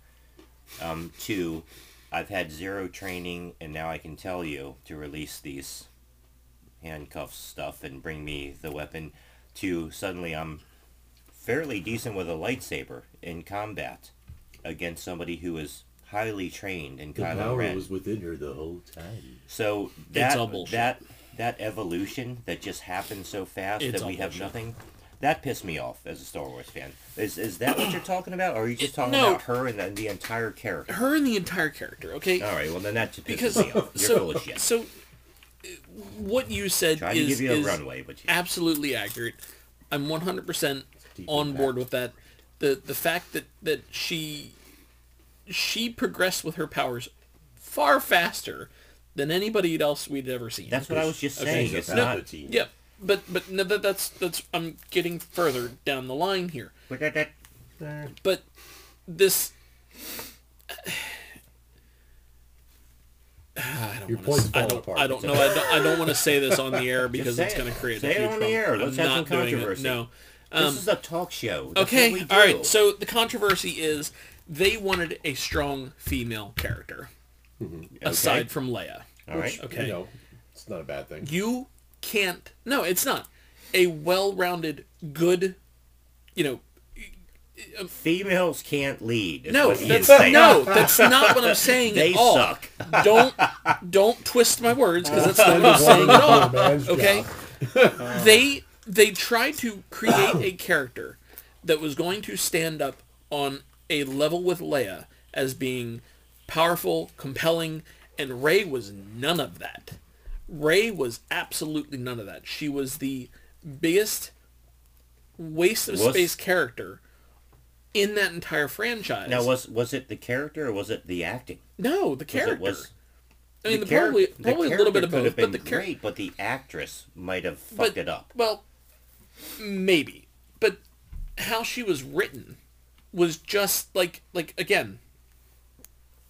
Speaker 2: Um, to I've had zero training and now I can tell you to release these handcuffs stuff and bring me the weapon. To suddenly I'm fairly decent with a lightsaber in combat against somebody who is highly trained in
Speaker 3: The
Speaker 2: Kylo
Speaker 3: power
Speaker 2: Ren.
Speaker 3: was within her the whole time.
Speaker 2: So that
Speaker 1: all bullshit.
Speaker 2: that that evolution that just happened so fast
Speaker 1: It's
Speaker 2: that
Speaker 1: all
Speaker 2: we have
Speaker 1: bullshit.
Speaker 2: nothing. That pissed me off as a Star Wars fan. Is is that what you're talking about, or are you just talking
Speaker 1: no.
Speaker 2: about her and the, the entire character?
Speaker 1: her and the entire character okay
Speaker 2: All right, well then that just pisses
Speaker 1: because
Speaker 2: Oh, me off. You're
Speaker 1: so
Speaker 2: full of shit.
Speaker 1: so uh, what you said
Speaker 2: Trying
Speaker 1: is,
Speaker 2: to give you a
Speaker 1: is
Speaker 2: runway, but you,
Speaker 1: absolutely accurate i'm 100%
Speaker 3: Deep
Speaker 1: on
Speaker 3: impact.
Speaker 1: board with that the the fact that that she she progressed with her powers far faster than anybody else we'd ever seen
Speaker 2: that's what I was just saying.
Speaker 3: She's a
Speaker 2: It's not.
Speaker 3: faculty.
Speaker 1: yeah but but no, that, that's that's i'm getting further down the line here
Speaker 2: But that, that,
Speaker 1: but this I don't
Speaker 3: Your
Speaker 1: wanna
Speaker 3: point's
Speaker 1: s- I
Speaker 3: falling
Speaker 1: don't,
Speaker 3: apart.
Speaker 1: I don't know. I don't, I don't want to say this on the air because
Speaker 2: say
Speaker 1: it's
Speaker 2: it.
Speaker 1: going to create
Speaker 2: Say
Speaker 1: a
Speaker 2: it
Speaker 1: huge
Speaker 2: on the
Speaker 1: problem.
Speaker 2: air. Let's
Speaker 1: I'm
Speaker 2: have some
Speaker 1: not doing it.
Speaker 2: controversy.
Speaker 1: No.
Speaker 2: this is a talk show. That's what
Speaker 1: Um, Okay.
Speaker 2: we
Speaker 1: All right.
Speaker 2: do.
Speaker 1: So the controversy is they wanted a strong female character
Speaker 2: Mm-hmm.
Speaker 1: aside from Leia.
Speaker 2: all right.
Speaker 1: Okay.
Speaker 3: You know, it's not a bad thing.
Speaker 1: you can't no it's not a well-rounded good you know
Speaker 2: Females can't lead. is
Speaker 1: no
Speaker 2: what he
Speaker 1: that's,
Speaker 2: is saying.
Speaker 1: no that's not what i'm saying
Speaker 2: They
Speaker 1: at all
Speaker 2: suck.
Speaker 1: don't don't twist my words because that's not what i'm saying at all
Speaker 3: Man's job.
Speaker 1: okay they they tried to create a character that was going to stand up on a level with leia as being powerful compelling and ray was none of that ray was absolutely none of that she was the biggest waste of
Speaker 2: Was-
Speaker 1: space character in that entire franchise
Speaker 2: Now was was it the character or was it the acting?
Speaker 1: no the
Speaker 2: 'Cause
Speaker 1: character
Speaker 2: It was,
Speaker 1: i mean the
Speaker 2: char-
Speaker 1: probably
Speaker 2: the
Speaker 1: probably a little bit
Speaker 2: character
Speaker 1: of both
Speaker 2: could have
Speaker 1: but the
Speaker 2: been
Speaker 1: character
Speaker 2: great, but the actress might have fucked it up.
Speaker 1: Well, maybe, but how she was written was just like like again,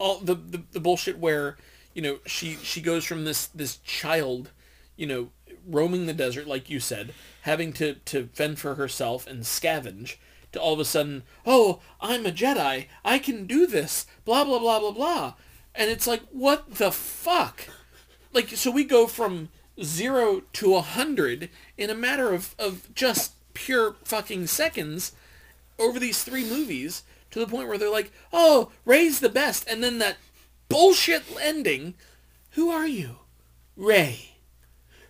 Speaker 1: all the the, the bullshit where you know she she goes from this this child, you know, roaming the desert like you said, having to to fend for herself and scavenge. To all of a sudden, oh, I'm a Jedi. I can do this. Blah blah blah blah blah, and it's like, what the fuck? like so we go from zero to a hundred in a matter of, of just pure fucking seconds over these three movies to the point where they're like, oh, Ray's the best, and then that bullshit ending. Who are you, Ray?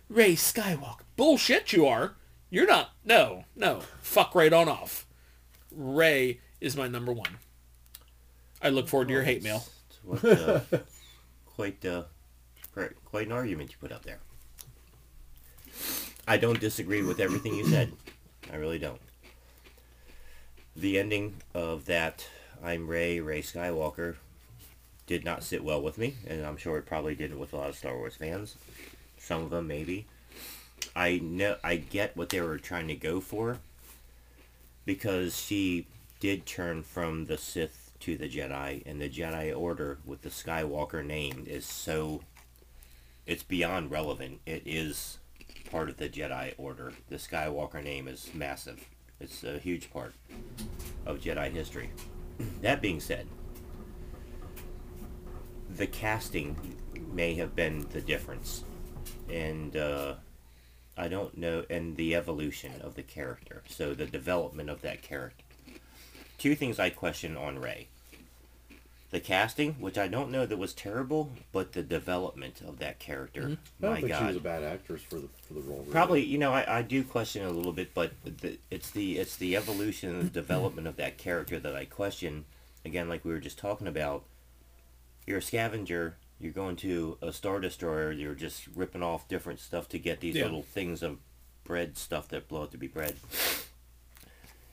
Speaker 1: Ray Skywalker. Bullshit, you are. You're not. No, no. Fuck right on off. Ray is my number one. I look forward to your hate mail.
Speaker 2: What, uh, quite uh, quite- quite an argument you put up there. I don't disagree with everything you said. I really don't. The ending of that "I'm Ray, Ray Skywalker" did not sit well with me, and I'm sure it probably didn't with a lot of Star Wars fans. Some of them, maybe. I know. I get what they were trying to go for, because she did turn from the Sith to the Jedi, and the Jedi Order with the Skywalker name is so. It's beyond relevant. It is part of the Jedi Order. The Skywalker name is massive. It's a huge part of Jedi history. That being said, the casting may have been the difference, and uh, I don't know, and the evolution of the character. So the development of that character. Two things I question on Ray. The casting, which I don't know that was terrible, but the development of that character.
Speaker 3: Mm-hmm. I don't
Speaker 2: My
Speaker 3: think
Speaker 2: God.
Speaker 3: she was a bad actress for the for the role. really.
Speaker 2: Probably, you know, I, I do question it a little bit, but the, it's the it's the evolution and the development of that character that I question. Again, like we were just talking about, you're a scavenger. You're going to a star destroyer. You're just ripping off different stuff to get these
Speaker 1: Yeah.
Speaker 2: little things of bread stuff that blow up to be bread.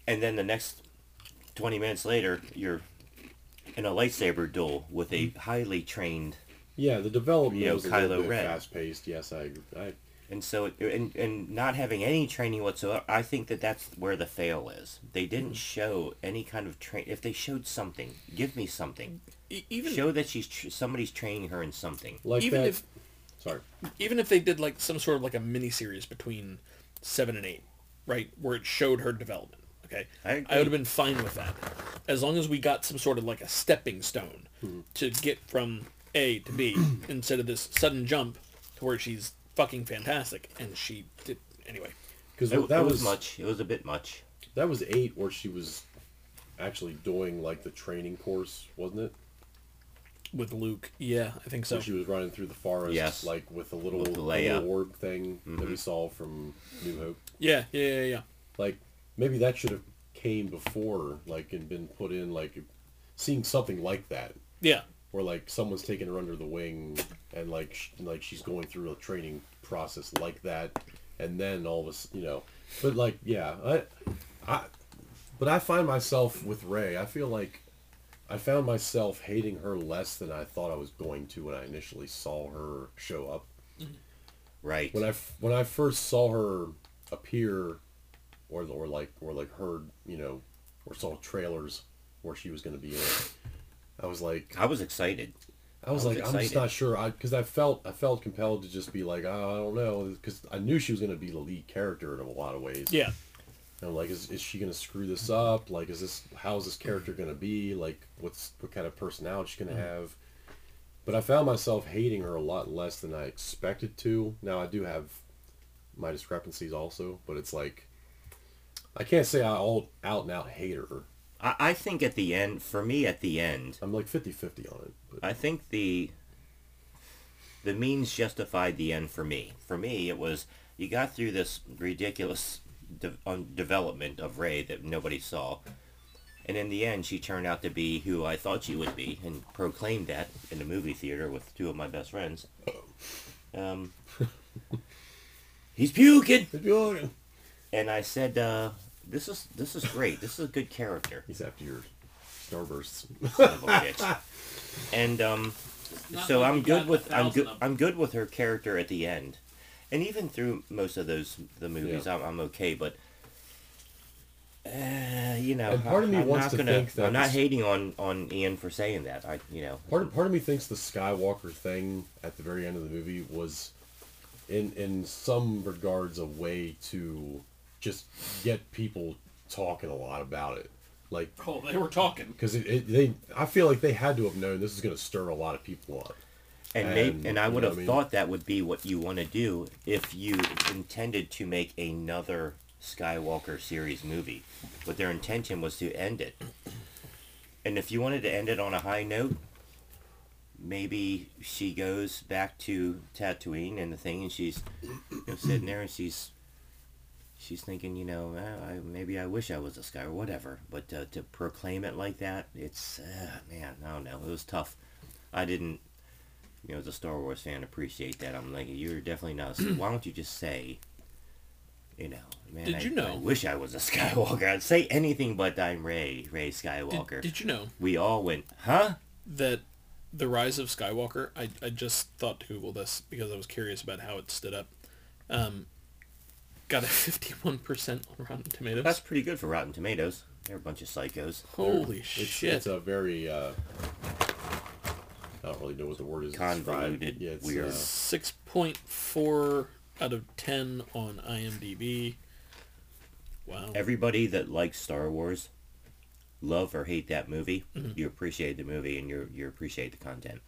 Speaker 2: And then the next twenty minutes later, you're in a lightsaber duel with a highly trained
Speaker 3: Yeah, the development
Speaker 2: You know,
Speaker 3: was a little
Speaker 2: Kylo
Speaker 3: bit
Speaker 2: Ren.
Speaker 3: fast paced. Yes, I, I
Speaker 2: And so, it- and, and not having any training whatsoever, I think that that's where the fail is. They
Speaker 3: Mm-hmm.
Speaker 2: didn't show any kind of train. If they showed something, give me something.
Speaker 1: E-
Speaker 3: Mm-hmm.
Speaker 1: even
Speaker 2: Show that she's tr- somebody's training her in something.
Speaker 3: like
Speaker 1: Even
Speaker 3: that.
Speaker 1: if-
Speaker 3: Sorry,
Speaker 1: even if they did like some sort of like a mini series between seven and eight, right, where it showed her development. Okay,
Speaker 2: I agree.
Speaker 1: would have been fine with that, as long as we got some sort of like a stepping stone
Speaker 2: Hmm.
Speaker 1: to get from A to B instead of this sudden jump to where she's fucking fantastic and she did anyway.
Speaker 3: because
Speaker 2: It,
Speaker 3: that,
Speaker 2: it was,
Speaker 3: was
Speaker 2: much. It was a bit much.
Speaker 3: that was eight where she was actually doing like the training course, wasn't it?
Speaker 1: With Luke, yeah, I think so.
Speaker 3: Where she was running through the forest,
Speaker 2: Yes.
Speaker 3: like with the little,
Speaker 2: With the
Speaker 3: the
Speaker 2: Leia. Mm-hmm.
Speaker 3: little orb thing that we saw from New Hope.
Speaker 1: Yeah, yeah, yeah, yeah.
Speaker 3: Like maybe that should have came before, like and been put in, like seeing something like that.
Speaker 1: yeah.
Speaker 3: where like someone's taking her under the wing and like sh- like she's going through a training process like that and then all of a sudden you know but like yeah I, I but i find myself with ray i feel like i found myself hating her less than i thought i was going to when i initially saw her show up
Speaker 2: Right.
Speaker 3: when I f- when I first saw her appear, or or like or like heard you know, or saw trailers where she was going to be in, it, I was like,
Speaker 2: I was excited.
Speaker 3: I was
Speaker 2: I was
Speaker 3: like, I'm just
Speaker 2: excited.
Speaker 3: not sure. I because I felt I felt compelled to just be like, oh, I don't know, because I knew she was going to be the lead character in a lot of ways.
Speaker 1: Yeah.
Speaker 3: And I'm like, is, is she going to screw this up? Like, is this how is this character going to be? Like, what's what kind of personality she's going to have? But I found myself hating her a lot less than I expected to. Now I do have my discrepancies also, but it's like I can't say I all out and out hate her.
Speaker 2: I, I think at the end, for me, at the end,
Speaker 3: I'm like 50-50 on it. But
Speaker 2: I think the the means justified the end for me. For me, it was you got through this ridiculous de- um, development of Ray that nobody saw, and in the end, she turned out to be who I thought she would be, and proclaimed that in the movie theater with two of my best friends. Um, he's puking, and I said, uh, "This is this is great. This is a good character."
Speaker 3: he's after your starbursts.
Speaker 2: son of a bitch. And um,
Speaker 1: not
Speaker 2: so
Speaker 1: like
Speaker 2: I'm
Speaker 1: we
Speaker 2: good
Speaker 1: got
Speaker 2: with
Speaker 1: a
Speaker 2: I'm good
Speaker 1: thousand of
Speaker 2: I'm good with her character at the end, and even through most of those the movies,
Speaker 3: Yeah.
Speaker 2: I'm, I'm okay. But uh, you know,
Speaker 3: And part of me
Speaker 2: I'm
Speaker 3: wants
Speaker 2: not
Speaker 3: to
Speaker 2: gonna,
Speaker 3: think that
Speaker 2: I'm not
Speaker 3: this-
Speaker 2: hating on on Ian for saying that. I you know
Speaker 3: Part of, part of me thinks the Skywalker thing at the very end of the movie was, in in some regards, a way to just get people talking a lot about it. Like,
Speaker 1: Oh, they were talking.
Speaker 3: because it, it, they, I feel like they had to have known this is going to stir a lot of people up.
Speaker 2: and maybe,
Speaker 3: And,
Speaker 2: and I
Speaker 3: you
Speaker 2: would
Speaker 3: know
Speaker 2: have
Speaker 3: what I mean?
Speaker 2: thought that would be what you want to do if you intended to make another Skywalker series movie, but their intention was to end it. And if you wanted to end it on a high note, maybe she goes back to Tatooine and the thing, and she's you know, sitting there and she's she's thinking, you know, "Ah, I, maybe I wish I was a Skywalker, whatever. But uh, to proclaim it like that, it's uh, man, I don't know. It was tough. I didn't you know, as a Star Wars fan, appreciate that. I'm like, you're definitely not. So why don't you just say, you know, man?
Speaker 1: Did
Speaker 2: I,
Speaker 1: you know-
Speaker 2: I wish I was a Skywalker. I'd say anything but I'm Ray, Ray
Speaker 1: Did,
Speaker 2: Skywalker.
Speaker 1: did you know
Speaker 2: we all went, huh?
Speaker 1: that the rise of Skywalker? I, I just thought to Google this because I was curious about how it stood up. Um, got a fifty-one percent on Rotten Tomatoes.
Speaker 2: That's pretty good for Rotten Tomatoes. They're a bunch of psychos.
Speaker 1: Holy
Speaker 3: It's,
Speaker 1: shit!
Speaker 3: it's a very, uh, I don't really know what the word is. described.
Speaker 2: Convoluted,
Speaker 3: Yeah, it's,
Speaker 2: weird.
Speaker 3: uh,
Speaker 1: Six point four out of ten on IMDb. Wow.
Speaker 2: Everybody that likes Star Wars, love or hate that movie,
Speaker 3: Mm-hmm.
Speaker 2: you appreciate the movie and you you appreciate the content.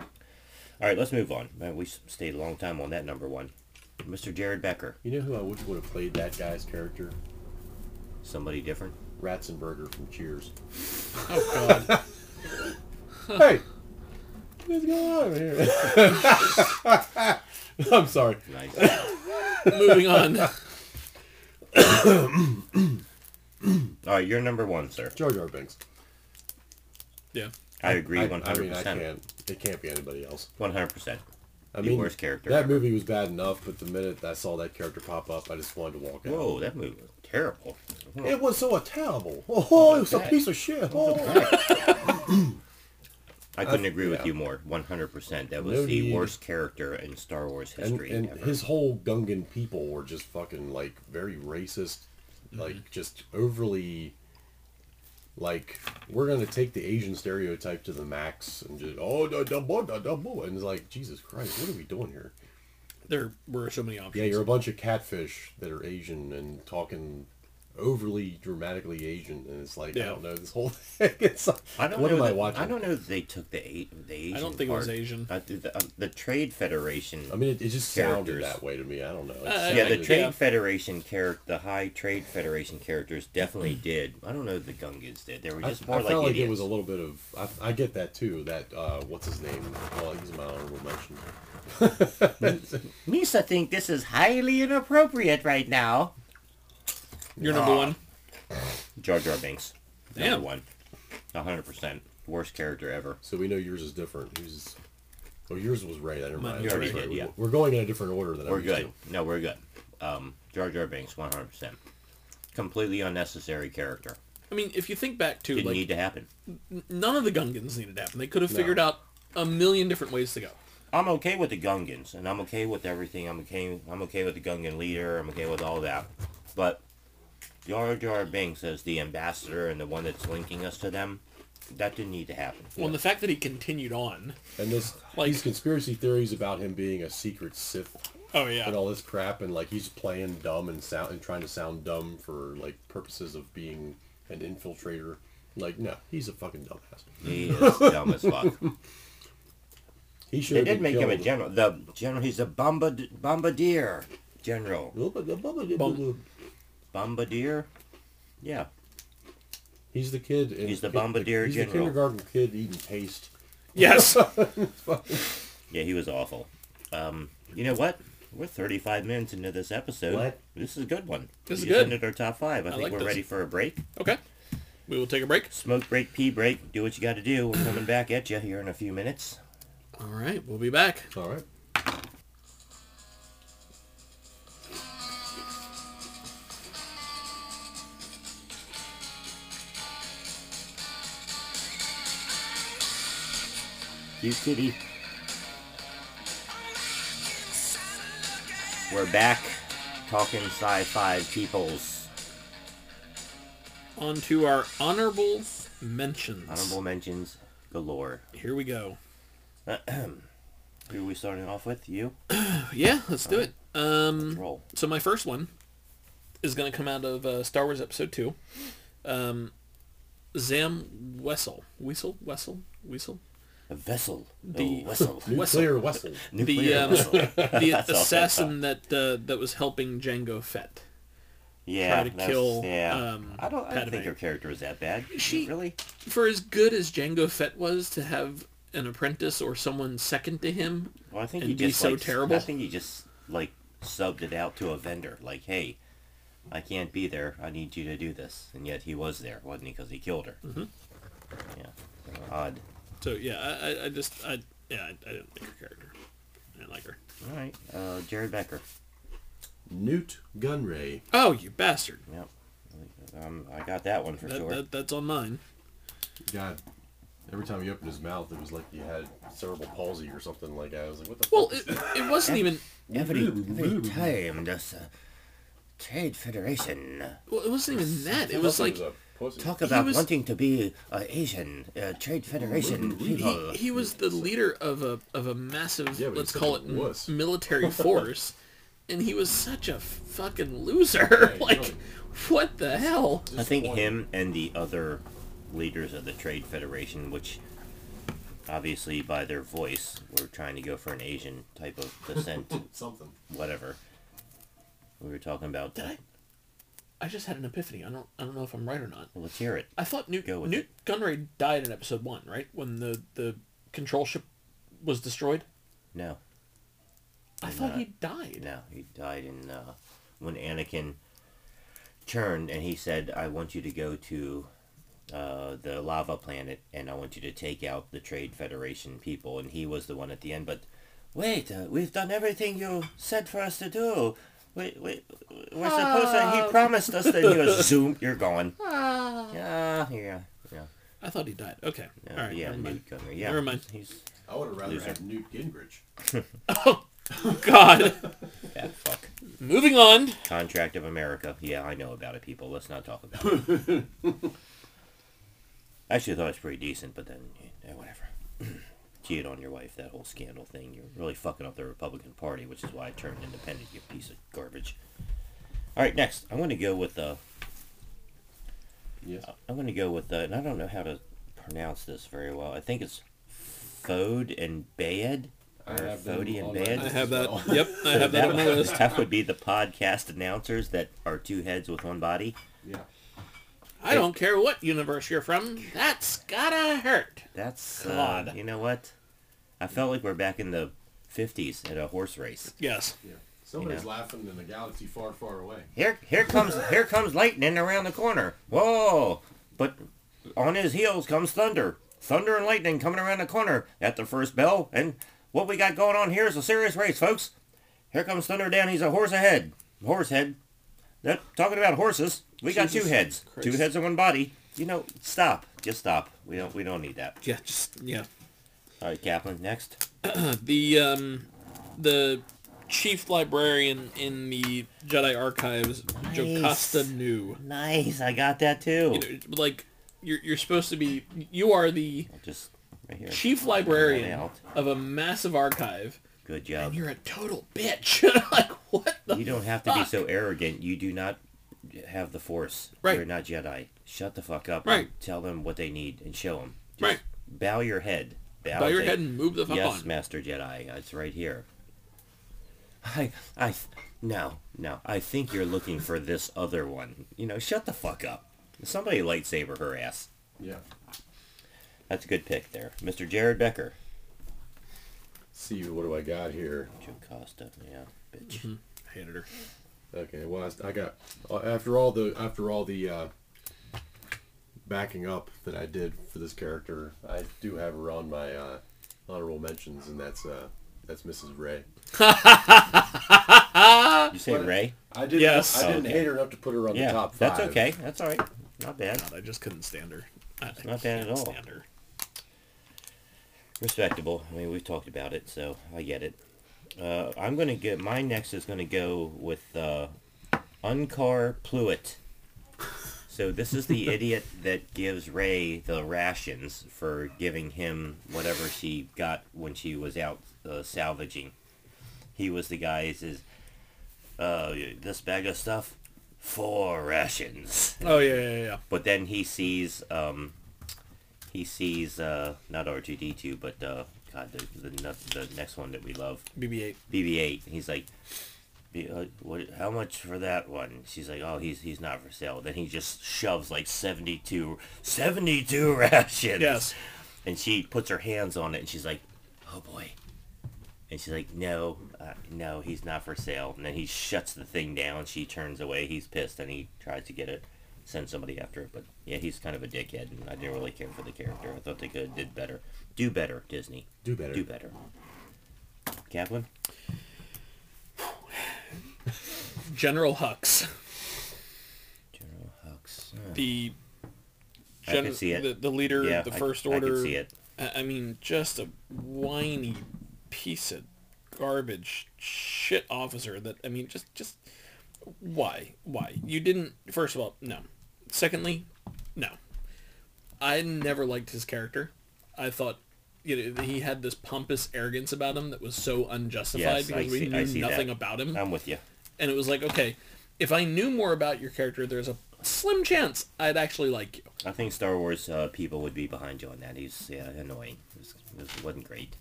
Speaker 2: All right, let's move on. Man, we s- stayed a long time on that number one. Mr. Jared Becker,
Speaker 3: you know who I wish would have played that guy's character?
Speaker 2: somebody different.
Speaker 3: Ratzenberger from Cheers.
Speaker 1: Oh god.
Speaker 3: hey, what's going on here? I'm sorry.
Speaker 2: Nice.
Speaker 1: Moving on.
Speaker 2: All right, you're number one, sir.
Speaker 3: Jar Jar Binks.
Speaker 1: Yeah.
Speaker 2: I agree
Speaker 3: I,
Speaker 2: one
Speaker 3: I
Speaker 2: hundred
Speaker 3: mean, I
Speaker 2: percent.
Speaker 3: can't. It can't be anybody else.
Speaker 2: One hundred percent.
Speaker 3: I
Speaker 2: The
Speaker 3: mean,
Speaker 2: worst character
Speaker 3: That
Speaker 2: ever.
Speaker 3: movie was bad enough, but the minute I saw that character pop up, I just wanted to walk out.
Speaker 2: Whoa, that movie was terrible.
Speaker 3: It was so terrible. Oh, it was a
Speaker 2: bad.
Speaker 3: piece of shit. Oh.
Speaker 2: I couldn't
Speaker 3: I-
Speaker 2: agree with
Speaker 3: yeah.
Speaker 2: you more. One hundred percent. That was
Speaker 3: No
Speaker 2: the
Speaker 3: need.
Speaker 2: worst character in Star Wars
Speaker 3: And,
Speaker 2: history
Speaker 3: and
Speaker 2: ever.
Speaker 3: his whole Gungan people were just fucking like very racist,
Speaker 2: Mm-hmm.
Speaker 3: like just overly. Like we're gonna take the Asian stereotype to the max and just oh da da bo da da bo and it's like Jesus Christ, what are we doing here?
Speaker 1: There were so many options.
Speaker 3: Yeah, you're a bunch of catfish that are Asian and talking overly dramatically Asian, and it's like I
Speaker 1: Yeah.
Speaker 3: don't know this whole thing. It's like,
Speaker 2: I don't
Speaker 3: what
Speaker 2: know
Speaker 3: am I
Speaker 2: that-
Speaker 3: watching? I,
Speaker 2: I don't know that they took the eight. The Asian
Speaker 1: I don't think it was
Speaker 2: part.
Speaker 1: Asian.
Speaker 2: Uh, the, the, uh, the Trade Federation.
Speaker 3: mean, it, it just sounded
Speaker 2: Characters.
Speaker 3: that way to me. I don't know. It
Speaker 1: Uh,
Speaker 2: yeah, the
Speaker 3: sounded-
Speaker 2: Trade
Speaker 1: yeah.
Speaker 2: Federation character, the high Trade Federation characters definitely did. I don't know if the Gungans did. They were
Speaker 3: I,
Speaker 2: just more
Speaker 3: I
Speaker 2: like
Speaker 3: felt like
Speaker 2: idiots.
Speaker 3: it was a little bit of. I, I get that too. That uh, what's his name? Well, he's my honorable mention.
Speaker 2: Misa think this is highly inappropriate right now.
Speaker 1: You're
Speaker 3: Ah.
Speaker 1: number one.
Speaker 2: Jar Jar Binks.
Speaker 1: Damn.
Speaker 2: Number one. 100%. Worst character ever.
Speaker 3: So we know yours is different. Yours is, oh, yours was right. I never mind.
Speaker 1: you
Speaker 3: That's
Speaker 2: already
Speaker 3: right.
Speaker 2: did,
Speaker 3: We-
Speaker 2: yeah.
Speaker 3: We're going in a different order than
Speaker 2: We're
Speaker 3: I'm used
Speaker 2: good. No, we're good. Um, Jar Jar Binks, 100%. Completely unnecessary character.
Speaker 1: I mean, if you think back to
Speaker 2: Didn't
Speaker 1: like
Speaker 2: need to happen.
Speaker 1: none of the Gungans needed to happen. They could have figured out a million different ways to go.
Speaker 2: I'm okay with the Gungans, and I'm okay with everything. I'm okay. I'm okay with the Gungan leader. I'm okay with all that. But Jar Jar Binks as the ambassador and the one that's linking us to them, That didn't need to happen.
Speaker 1: Well, and the fact that he continued on.
Speaker 3: And this
Speaker 1: Like-
Speaker 3: these conspiracy theories about him being a secret Sith
Speaker 1: Oh yeah.
Speaker 3: and all this crap, and like he's playing dumb and sound and trying to sound dumb for like purposes of being an infiltrator. Like, no, he's a fucking dumbass.
Speaker 2: He is dumb as fuck.
Speaker 3: He should.
Speaker 2: They
Speaker 3: have
Speaker 2: did
Speaker 3: been
Speaker 2: make him a
Speaker 3: killed.
Speaker 2: general. The general. He's a bombard, bombardier general.
Speaker 1: Bum-
Speaker 2: Bombardier. Yeah.
Speaker 3: He's the kid. In,
Speaker 2: He's the bombardier
Speaker 3: he's
Speaker 2: general.
Speaker 3: the kindergarten kid eating paste.
Speaker 1: Yes.
Speaker 2: Yeah, he was awful. Um, you know what? We're 35 minutes into this episode.
Speaker 3: What?
Speaker 2: This is a good one.
Speaker 1: This
Speaker 2: we
Speaker 1: is
Speaker 2: just
Speaker 1: good.
Speaker 2: ended our top five. I, think
Speaker 1: like
Speaker 2: we're
Speaker 1: this.
Speaker 2: ready for a break.
Speaker 1: okay. We will take a break.
Speaker 2: Smoke break, pee break. Do what you got to do. We're coming back at you here in a few minutes.
Speaker 1: All right, we'll be back.
Speaker 3: All right.
Speaker 2: You kitty. We're back talking sci-fi peoples.
Speaker 1: On to our honorable mentions.
Speaker 2: Honorable mentions galore.
Speaker 1: Here we go.
Speaker 2: Who are we starting off with? You?
Speaker 1: Oh, Yeah, let's do it. Um,
Speaker 2: Roll.
Speaker 1: so my first one is going to come out of uh, Star Wars Episode Two. Um, Zam Wessel, Wessel, Wessel, Wessel.
Speaker 2: A vessel.
Speaker 1: The-
Speaker 2: a vessel.
Speaker 3: Nuclear Wessel.
Speaker 1: The
Speaker 2: Nuclear
Speaker 1: um,
Speaker 2: vessel.
Speaker 1: the
Speaker 2: That's all I
Speaker 1: assassin that uh, that was helping Django Fett.
Speaker 2: yeah,
Speaker 1: to
Speaker 2: that's-
Speaker 1: kill,
Speaker 2: Yeah.
Speaker 1: um,
Speaker 2: I don't. I don't think
Speaker 1: Padme.
Speaker 2: her character was that bad.
Speaker 1: She-
Speaker 2: really.
Speaker 1: For as good as Django Fett was, to have an apprentice or someone second to him,
Speaker 2: Well, I think
Speaker 1: and
Speaker 2: he
Speaker 1: be
Speaker 2: just
Speaker 1: so
Speaker 2: like,
Speaker 1: terrible?
Speaker 2: I think he just like subbed it out to a vendor. Like, hey, I can't be there. I need you to do this. And yet he was there, wasn't he? Because he killed her. Mm-hmm. Yeah. so Odd.
Speaker 1: so yeah, I, I- I just I yeah I, I didn't like her character. I didn't like her.
Speaker 2: All right. Uh, Jared Becker.
Speaker 3: Newt Gunray.
Speaker 1: Oh, you bastard!
Speaker 2: Yep. Um, I got that one for
Speaker 1: That,
Speaker 2: sure.
Speaker 1: that that's on mine.
Speaker 3: God. Every time he opened his mouth, it was like he had cerebral palsy or something like that. I was like, what the
Speaker 1: Well,
Speaker 3: fuck?
Speaker 1: it, it wasn't even.
Speaker 2: Every, every time does uh, Trade Federation
Speaker 1: Well, it wasn't even that. It
Speaker 3: He
Speaker 1: was like
Speaker 3: was a pussy.
Speaker 2: talk about
Speaker 1: was-
Speaker 2: wanting to be uh, Asian uh, Trade Federation people.
Speaker 1: he, he was the leader of a of a massive
Speaker 3: Yeah, but he
Speaker 1: let's
Speaker 3: said
Speaker 1: call it
Speaker 3: he was.
Speaker 1: military force, and he was such a fucking loser.
Speaker 3: Yeah,
Speaker 1: like,
Speaker 3: really.
Speaker 1: what the hell?
Speaker 2: I think him and the other leaders of the Trade Federation, which obviously by their voice were trying to go for an Asian type of descent,
Speaker 3: something.
Speaker 2: whatever. We were talking about.
Speaker 1: Did I? I just had an epiphany. I don't I don't know if I'm right or not.
Speaker 2: Well, let's hear it.
Speaker 1: I thought Newt
Speaker 2: Go with
Speaker 1: Newt Gunray died in episode one, right? When the the control ship was destroyed.
Speaker 2: No,
Speaker 1: I
Speaker 2: Did
Speaker 1: thought
Speaker 2: not.
Speaker 1: he died.
Speaker 2: no, he died in uh, when Anakin turned and he said, "I want you to go to." Uh, the lava planet, and I want you to take out the Trade Federation people. And he was the one at the end. But wait, uh, we've done everything you said for us to do. We, we, we're supposed to. He promised us that he was zoom. You're gone. Yeah, yeah, yeah.
Speaker 1: I thought he died. Okay.
Speaker 2: Yeah,
Speaker 1: All right.
Speaker 2: yeah,
Speaker 1: never mind.
Speaker 2: Newt Gunray, yeah.
Speaker 1: Never mind.
Speaker 2: He's
Speaker 3: I would have rather
Speaker 2: Loser.
Speaker 3: had Newt Gingrich.
Speaker 1: God.
Speaker 2: that fuck.
Speaker 1: Moving on.
Speaker 2: Contract of America. Yeah, I know about it, people. Let's not talk about it. I actually thought it was pretty decent, but then, yeah, whatever. Cheat on your wife, that whole scandal thing. You're really fucking up the Republican Party, which is why I turned independent, you piece of garbage. All right, next. I'm going to go with, uh,
Speaker 3: Yes.
Speaker 2: I'm going to go with, uh, and I don't know how to pronounce this very well. I think it's Fode and Bayed.
Speaker 3: I
Speaker 2: Or
Speaker 3: have them
Speaker 2: Fode and
Speaker 3: on my
Speaker 2: Bayed.
Speaker 1: I
Speaker 3: list.
Speaker 1: have that.
Speaker 3: Well.
Speaker 1: Yep, I have that on my
Speaker 2: would-
Speaker 1: list.
Speaker 2: that would be the podcast announcers that are two heads with one body.
Speaker 3: Yeah.
Speaker 1: I don't care what universe you're from. That's gotta hurt.
Speaker 2: That's uh,
Speaker 1: God.
Speaker 2: you know what? I felt like we're back in the fifties at a horse race.
Speaker 1: Yes.
Speaker 3: Yeah. Somebody's
Speaker 2: know.
Speaker 3: laughing in a galaxy far, far away.
Speaker 2: Here, here comes, here comes lightning around the corner. Whoa! But on his heels comes thunder, thunder and lightning coming around the corner at the first bell. And what we got going on here is a serious race, folks. Here comes thunder down. He's a horse ahead. Horse head. That talking about horses. We got two
Speaker 1: Jesus
Speaker 2: heads, two
Speaker 1: Christ.
Speaker 2: heads and one body. You know, stop. Just stop. We don't, we don't need that.
Speaker 1: Yeah. Just yeah.
Speaker 2: All right, Kaplan, next.
Speaker 1: The um, the chief librarian in the Jedi archives, Jocasta Nu.
Speaker 2: Nice, I got that too.
Speaker 1: You know, Like you're, you're supposed to be you are the
Speaker 2: I'll just right here.
Speaker 1: chief
Speaker 2: Line
Speaker 1: librarian
Speaker 2: out.
Speaker 1: of a massive archive,
Speaker 2: Good
Speaker 1: and
Speaker 2: job.
Speaker 1: you're a total bitch. like what? The
Speaker 2: You don't have to be
Speaker 1: fuck?
Speaker 2: so arrogant. You do not have the force.
Speaker 1: Right.
Speaker 2: You're not Jedi. Shut the fuck up.
Speaker 1: Right.
Speaker 2: And tell them what they need and show them.
Speaker 1: Right.
Speaker 2: Bow your head. Bow,
Speaker 1: Bow your
Speaker 2: to-
Speaker 1: head and move the fuck
Speaker 2: Yes,
Speaker 1: on.
Speaker 2: Master Jedi. It's right here. I, I, no, no. I think you're looking for this other one. You know, shut the fuck up. Somebody lightsaber her ass.
Speaker 3: Yeah.
Speaker 2: That's a good pick there, Mr. Jared Becker.
Speaker 3: see what do I got here?
Speaker 2: Joe Costa. Yeah, bitch.
Speaker 1: I hated her.
Speaker 3: Okay, well I, I got uh, after all the after all the uh, backing up that I did for this character, I do have her on my uh, honorable mentions, and that's uh, that's Mrs. Ray.
Speaker 1: Uh,
Speaker 2: You say
Speaker 3: What-
Speaker 2: Ray?
Speaker 3: I didn't
Speaker 1: Yes.
Speaker 3: I didn't
Speaker 2: Okay.
Speaker 3: hate her enough to put her on
Speaker 2: Yeah,
Speaker 3: the top five.
Speaker 2: that's okay. That's all right. Not bad.
Speaker 1: God, I just couldn't stand her. I, I
Speaker 2: not bad at
Speaker 1: can't
Speaker 2: all.
Speaker 1: Stand her.
Speaker 2: Respectable. I mean, we've talked about it, so I get it. Uh, I'm gonna get my next is gonna go with uh, Uncar Pluit. So this is the idiot that gives Ray the rations for giving him whatever she got when she was out uh, salvaging. He was the guy who says, uh, "This bag of stuff, four rations."
Speaker 1: Oh yeah, yeah, yeah, yeah.
Speaker 2: But then he sees, um, he sees uh, not R two D two, but uh, God, the, the nu- the next one that we love,
Speaker 1: BB-8.
Speaker 2: BB eight. He's like, "B- uh, what, how much for that one? She's like, oh, he's he's not for sale. Then he just shoves like 72, 72 rations.
Speaker 1: Yes.
Speaker 2: And she puts her hands on it, and she's like, oh boy. And she's like, no, uh, no, he's not for sale. And then he shuts the thing down. She turns away. He's pissed, and he tries to get it, send somebody after it. But yeah, he's kind of a dickhead, and I didn't really care for the character. I thought they could did better, do better, Disney,
Speaker 3: Do better.
Speaker 2: do better. Kaplan,
Speaker 1: General Hux.
Speaker 2: General Hux.
Speaker 1: The
Speaker 2: I can see it.
Speaker 1: The, the leader
Speaker 2: yeah,
Speaker 1: of the
Speaker 2: I-
Speaker 1: First
Speaker 2: I,
Speaker 1: Order.
Speaker 2: can see it.
Speaker 1: I I mean, just a whiny piece of garbage shit officer that, I mean, just, just, why? Why? You didn't, first of all, no. Secondly, no. I never liked his character. I thought, you know, he had this pompous arrogance about him that was so unjustified
Speaker 2: Yes, I
Speaker 1: because we
Speaker 2: see- I
Speaker 1: knew
Speaker 2: see that.
Speaker 1: nothing about him.
Speaker 2: I'm with you.
Speaker 1: and it was like, okay, if I knew more about your character, there's a slim chance I'd actually like you.
Speaker 2: I think Star Wars uh, people would be behind you on that. He's yeah, annoying. This, this wasn't great.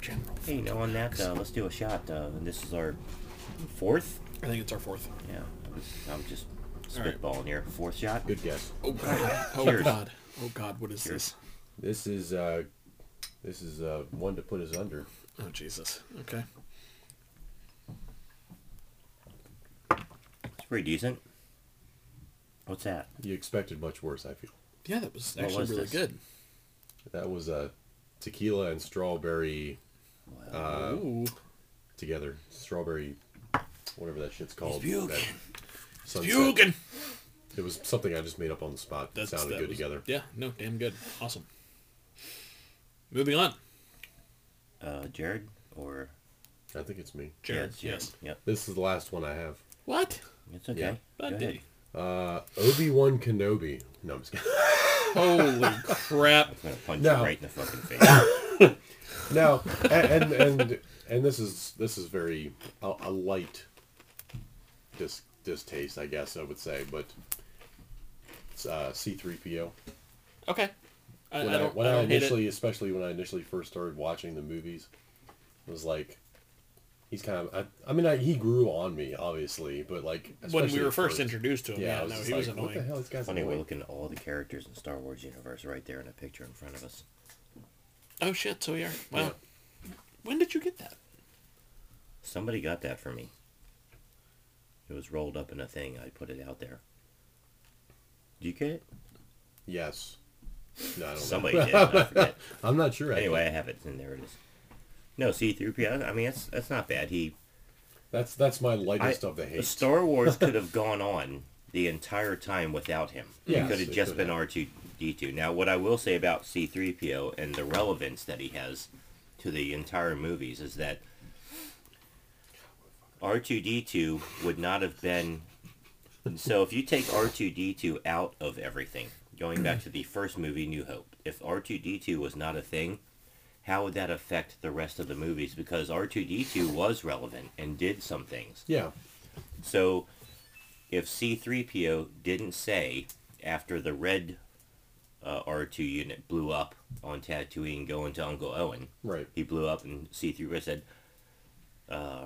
Speaker 1: General.
Speaker 2: Hey, you know, on that, uh, let's do a shot. Uh, and this is our fourth.
Speaker 1: I think it's our fourth.
Speaker 2: Yeah, I was, I'm just
Speaker 1: All right.
Speaker 2: spitballing here. Fourth shot.
Speaker 3: Good guess.
Speaker 1: Oh god. Oh
Speaker 2: Cheers.
Speaker 1: god. Oh god, what is
Speaker 2: Cheers.
Speaker 3: This is uh, this is uh, one to put us under.
Speaker 1: this? Oh Jesus. Okay.
Speaker 2: It's pretty decent. What's that?
Speaker 3: You expected much worse, I feel.
Speaker 1: Yeah, that was
Speaker 2: What
Speaker 1: actually
Speaker 2: was
Speaker 1: really
Speaker 2: this?
Speaker 1: good.
Speaker 3: That was uh, tequila and strawberry
Speaker 2: Well,
Speaker 3: Uh,
Speaker 1: Ooh.
Speaker 3: together. Strawberry, whatever that shit's called.
Speaker 1: puking.
Speaker 3: That sunset.
Speaker 1: Fugan.
Speaker 3: It was something I just made up on the spot. That sounded good
Speaker 1: was-
Speaker 3: together.
Speaker 1: Yeah, no, damn good. Awesome. Moving on.
Speaker 2: uh, Jared or
Speaker 3: I think it's me.
Speaker 2: yeah,
Speaker 1: Jared.
Speaker 2: it's Jared.
Speaker 1: Yes.
Speaker 2: Yep.
Speaker 3: This is the last one I have.
Speaker 1: What?
Speaker 2: It's okay.
Speaker 3: Yeah.
Speaker 2: Go
Speaker 1: That
Speaker 2: ahead.
Speaker 1: day.
Speaker 3: Uh, Obi Wan Kenobi. No, I'm just kidding.
Speaker 1: Holy crap.
Speaker 2: I'm gonna punch
Speaker 3: No.
Speaker 2: you right in the fucking face.
Speaker 3: No, and, and and and this is this is very a, a light dis distaste, I guess I would say, but it's, uh, C-3PO.
Speaker 1: Okay. I, I
Speaker 3: When I,
Speaker 1: don't,
Speaker 3: when
Speaker 1: I
Speaker 3: I,
Speaker 1: don't hate it.
Speaker 3: initially, especially when I initially first started watching the movies, it was like he's kind of. I, I mean, I, he grew on me, obviously, but like
Speaker 1: when we
Speaker 3: especially
Speaker 1: were
Speaker 3: at
Speaker 1: first introduced to him,
Speaker 3: yeah,
Speaker 1: yeah,
Speaker 3: I was
Speaker 1: no,
Speaker 3: just
Speaker 1: he was
Speaker 3: like, What the
Speaker 1: annoying.
Speaker 3: hell, this guy's
Speaker 2: Funny, we're
Speaker 3: annoying.
Speaker 2: looking at all the characters in Star Wars universe right there in a picture in front of us.
Speaker 1: Oh shit, so we are. Wow.
Speaker 3: Yeah.
Speaker 1: When did you get that?
Speaker 2: Somebody got that for me. It was rolled up in a thing. I put it out there. Did you get it?
Speaker 3: Yes. No, I don't know.
Speaker 2: Somebody did. I forget.
Speaker 3: I'm not sure. I did.
Speaker 2: Anyway, I have it, and there it is. No, C three P. I mean, that's that's not bad. He
Speaker 3: that's that's my
Speaker 2: I,
Speaker 3: lightest of the hate.
Speaker 2: Star Wars could have gone on the entire time without him.
Speaker 3: Yes,
Speaker 2: it could have
Speaker 3: it
Speaker 2: just
Speaker 3: could
Speaker 2: been
Speaker 3: have.
Speaker 2: R two D two. Now, what I will say about C three PO and the relevance that he has to the entire movies is that R two D two would not have been. So if you take R two D two out of everything, going back to the first movie, New Hope, if R2D2 was not a thing, how would that affect the rest of the movies? Because R2D2 was relevant and did some things.
Speaker 3: Yeah.
Speaker 2: So if C3PO didn't say after the red uh, R2 unit blew up on Tatooine going to Uncle Owen,
Speaker 3: Right.
Speaker 2: he blew up and C3PO said, uh,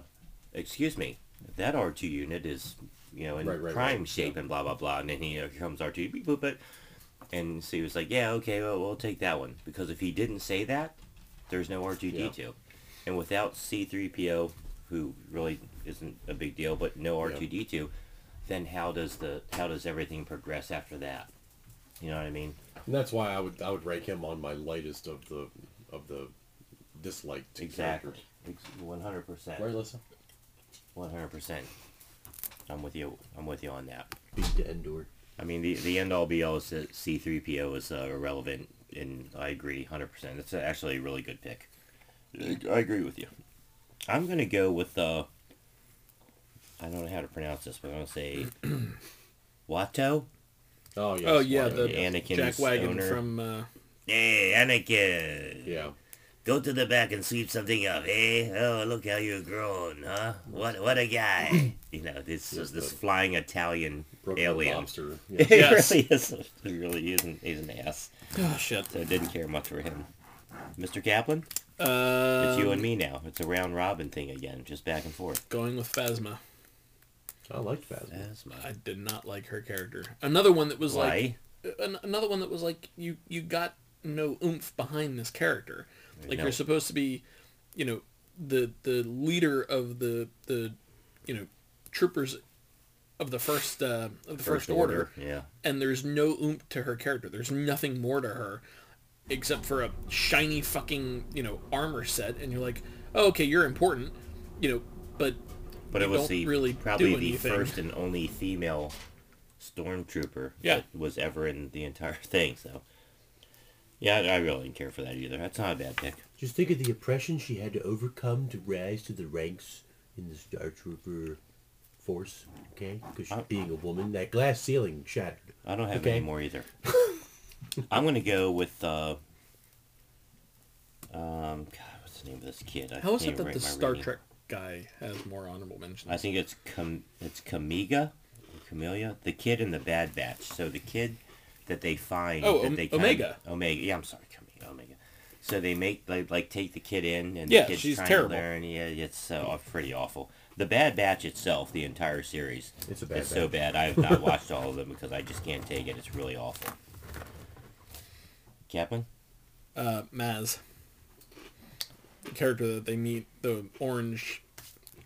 Speaker 2: excuse me, that R2 unit is, you know, in
Speaker 3: Right, right,
Speaker 2: prime
Speaker 3: right,
Speaker 2: shape and blah, blah, blah. And then he here comes R2, beep, boop, but, and so he was like, yeah, okay, well, we'll take that one. Because if he didn't say that, there's no R2D2. And without C3PO, who really isn't a big deal, but no
Speaker 3: Yeah.
Speaker 2: R2D2, then how does the, how does everything progress after that? You know what I mean?
Speaker 3: And that's why I would I would rank him on my lightest of the of the disliked
Speaker 2: Exactly.
Speaker 3: characters.
Speaker 2: One hundred percent.
Speaker 3: Right, Lisa?
Speaker 2: One hundred percent. I'm with you. I'm with you on that.
Speaker 3: Beat to Endor.
Speaker 2: I mean, the the end all be all is that C three PO is uh, irrelevant, and I agree hundred percent. That's actually a really good pick. I agree with you. I'm gonna go with uh. I don't know how to pronounce this, but I'm gonna say Watto.
Speaker 3: Oh yeah.
Speaker 1: Oh yeah,
Speaker 3: Squire.
Speaker 1: the
Speaker 2: Anakin's
Speaker 1: Jack Wagon
Speaker 2: owner.
Speaker 1: from uh,
Speaker 2: Hey, Anakin.
Speaker 3: yeah.
Speaker 2: Go to the back and sweep something up, eh? Oh, look how you've grown, huh? What what a guy! you know, this
Speaker 3: Yes,
Speaker 2: this
Speaker 3: the-
Speaker 2: flying Italian
Speaker 3: Brooklyn
Speaker 2: alien.
Speaker 3: Lobster.
Speaker 2: It
Speaker 3: Yeah.
Speaker 1: Yes.
Speaker 2: really is. It really isn't. He's an ass.
Speaker 1: oh shit.
Speaker 2: So I didn't care much for him. Mr. Kaplan,
Speaker 1: Uh,
Speaker 2: it's you and me now. It's a round robin thing again, just back and forth.
Speaker 1: Going with Phasma.
Speaker 3: I liked Phasma.
Speaker 2: Phasma.
Speaker 1: I did not like her character. Another one that was like
Speaker 2: Why?
Speaker 1: an, another one that was like you you got no oomph behind this character like
Speaker 2: No.
Speaker 1: you're supposed to be you know the the leader of the the you know troopers of the first uh of the first, order.
Speaker 2: Yeah.
Speaker 1: and there's no oomph to her character there's nothing more to her except for a shiny fucking you know armor set and you're like oh, okay you're important you know but
Speaker 2: But
Speaker 1: you
Speaker 2: it was
Speaker 1: don't
Speaker 2: the
Speaker 1: really
Speaker 2: probably
Speaker 1: do
Speaker 2: the
Speaker 1: anything.
Speaker 2: first and only female stormtrooper
Speaker 1: Yeah.
Speaker 2: that was ever in the entire thing. So, yeah, I I really didn't care for that either. That's not a bad pick.
Speaker 4: Just think of the oppression she had to overcome to rise to the ranks in the Star Trooper force, okay? Because
Speaker 2: I-
Speaker 4: being a woman, that glass ceiling shattered.
Speaker 2: I don't have
Speaker 4: Okay.
Speaker 2: any more either. I'm gonna go with uh, um, God, what's the name of this kid? I
Speaker 1: how is
Speaker 2: can't
Speaker 1: it that
Speaker 2: write
Speaker 1: the
Speaker 2: my
Speaker 1: star
Speaker 2: reading.
Speaker 1: trek guy has more honorable mentions
Speaker 2: I think it's Cam- it's Kamiga, or Camelia, the kid in the Bad Batch. So the kid that they find.
Speaker 1: Oh,
Speaker 2: that
Speaker 1: Om-
Speaker 2: they kinda-
Speaker 1: Omega.
Speaker 2: Omega. Yeah, I'm sorry, Camelia. Omega. So they make like like take the kid in, and
Speaker 1: Yeah,
Speaker 2: the kid's
Speaker 1: she's
Speaker 2: trying
Speaker 1: terrible.
Speaker 2: to learn. Yeah, it's uh, pretty awful. The Bad Batch itself, the entire series,
Speaker 4: It's a bad
Speaker 2: it's so bad. I've not watched all of them because I just can't take it. It's really awful. Kaplan.
Speaker 1: uh, Maz. The character that they meet, the orange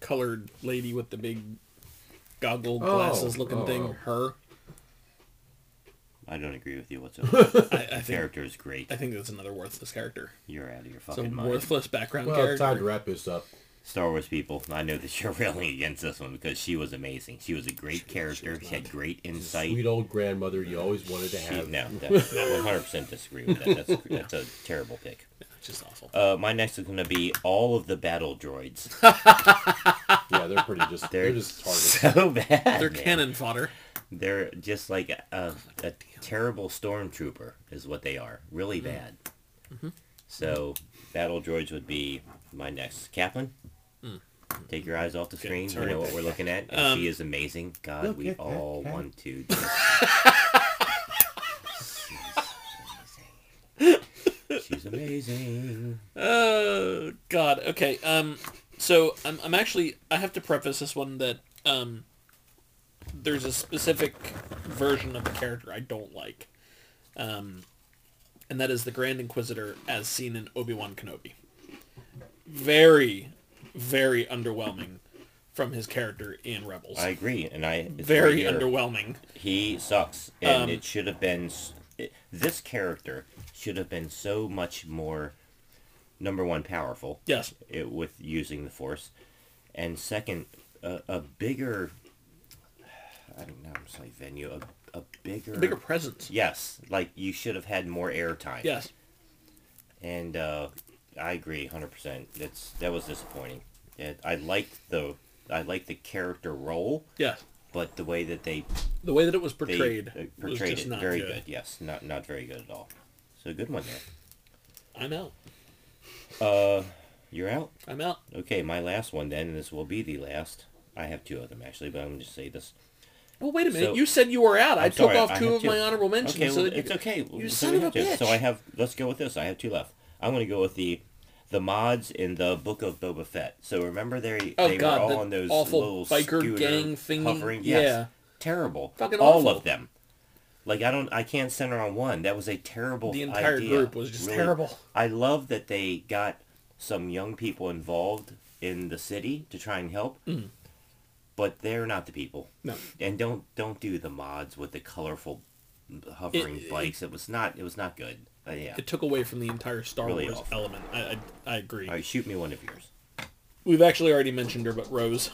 Speaker 1: colored lady with the big goggle
Speaker 3: Oh,
Speaker 1: glasses looking
Speaker 3: oh,
Speaker 1: thing,
Speaker 3: oh.
Speaker 1: her.
Speaker 2: I don't agree with you whatsoever.
Speaker 1: I, I think
Speaker 2: Character is great.
Speaker 1: I think that's another worthless character.
Speaker 2: You're out of your
Speaker 1: It's a
Speaker 2: fucking mind.
Speaker 1: worthless background
Speaker 3: Well,
Speaker 1: character.
Speaker 3: time to wrap this up.
Speaker 2: Star Wars people, I know that you're railing against this one because she was amazing. She was a great character. She, had great insight.
Speaker 3: Sweet old grandmother you always wanted to
Speaker 2: She,
Speaker 3: have.
Speaker 2: no, that's, I 100% disagree with that. That's, that's a terrible pick.
Speaker 1: It's just awful.
Speaker 2: Uh, my next is going to be all of the battle droids.
Speaker 3: Yeah, they're pretty just they're,
Speaker 2: They're
Speaker 3: just targets.
Speaker 2: so bad.
Speaker 1: They're
Speaker 2: man.
Speaker 1: cannon fodder.
Speaker 2: They're just like a,
Speaker 4: Oh,
Speaker 2: a, a terrible stormtrooper is what they are.
Speaker 4: Mm-hmm.
Speaker 2: Really bad. So battle droids would be my next. Kaplan?
Speaker 4: Mm-hmm.
Speaker 2: Take your eyes off the screen. You
Speaker 1: sorry.
Speaker 2: know what we're looking at. And she is amazing. God,
Speaker 4: Um, Look
Speaker 2: we
Speaker 4: at that
Speaker 2: all
Speaker 4: cat.
Speaker 2: want to. just- She's amazing. She's amazing.
Speaker 1: Oh God. Okay. Um. So I'm I'm actually I have to preface this one that um. There's a specific version of the character I don't like, um, and that is the Grand Inquisitor as seen in Obi Wan Kenobi. Very, very underwhelming from his character in Rebels.
Speaker 2: I agree, and I it's
Speaker 1: very
Speaker 2: right here.
Speaker 1: underwhelming.
Speaker 2: He sucks, and
Speaker 1: Um,
Speaker 2: it should have been. s- It, this character should have been so much more, number one, powerful.
Speaker 1: Yes.
Speaker 2: It, with using the force, and second, a, a bigger. I don't know. I'm sorry, venue. A, a bigger.
Speaker 1: Bigger presence.
Speaker 2: Yes, like you should have had more airtime.
Speaker 1: Yes.
Speaker 2: And uh, I agree, hundred percent. That's that was disappointing. It, I liked the I liked the character role,
Speaker 1: Yes.
Speaker 2: but the way that they
Speaker 1: The way that it was
Speaker 2: they
Speaker 1: portrayed,
Speaker 2: uh,
Speaker 1: was
Speaker 2: portrayed
Speaker 1: just
Speaker 2: it
Speaker 1: not
Speaker 2: very
Speaker 1: good.
Speaker 2: good. Yes, not not very good at all. So good one there.
Speaker 1: I'm out.
Speaker 2: Uh, you're out.
Speaker 1: I'm out.
Speaker 2: Okay, my last one then, and this will be the last. I have two of them actually, but I'm going to say this.
Speaker 1: Well, wait a minute.
Speaker 2: So-
Speaker 1: you said you were out. i
Speaker 2: I'm
Speaker 1: took
Speaker 2: sorry,
Speaker 1: off
Speaker 2: I
Speaker 1: two
Speaker 2: have
Speaker 1: of my honorable mentions.
Speaker 2: Okay,
Speaker 1: so
Speaker 2: well,
Speaker 1: that you
Speaker 2: it's
Speaker 1: could-
Speaker 2: okay.
Speaker 1: You
Speaker 2: So
Speaker 1: son
Speaker 2: we
Speaker 1: of a
Speaker 2: have two.
Speaker 1: bitch.
Speaker 2: So I have. Let's go with this. I have two left. I'm going to go with the the mods in the book of Boba Fett. So remember they
Speaker 1: Oh,
Speaker 2: they
Speaker 1: God,
Speaker 2: were all
Speaker 1: that
Speaker 2: on those
Speaker 1: awful
Speaker 2: little
Speaker 1: biker
Speaker 2: scooter
Speaker 1: gang thingy.
Speaker 2: Hovering.
Speaker 1: Yeah.
Speaker 2: Yes, terrible.
Speaker 1: Fucking
Speaker 2: all
Speaker 1: awful.
Speaker 2: of them. Like I don't, I can't center on one. That was a terrible.
Speaker 1: The entire
Speaker 2: idea.
Speaker 1: group was just terrible.
Speaker 2: I love that they got some young people involved in the city to try and help, but they're not the people.
Speaker 1: Mm. No.
Speaker 2: And don't don't do the mods with the colorful hovering
Speaker 1: It- it-
Speaker 2: bikes. It was not it was not good. But yeah.
Speaker 1: It took away from the entire Star
Speaker 2: Really
Speaker 1: Wars
Speaker 2: awful.
Speaker 1: element. I, I, I agree.
Speaker 2: All right, shoot me one of yours.
Speaker 1: We've actually already mentioned her, but Rose.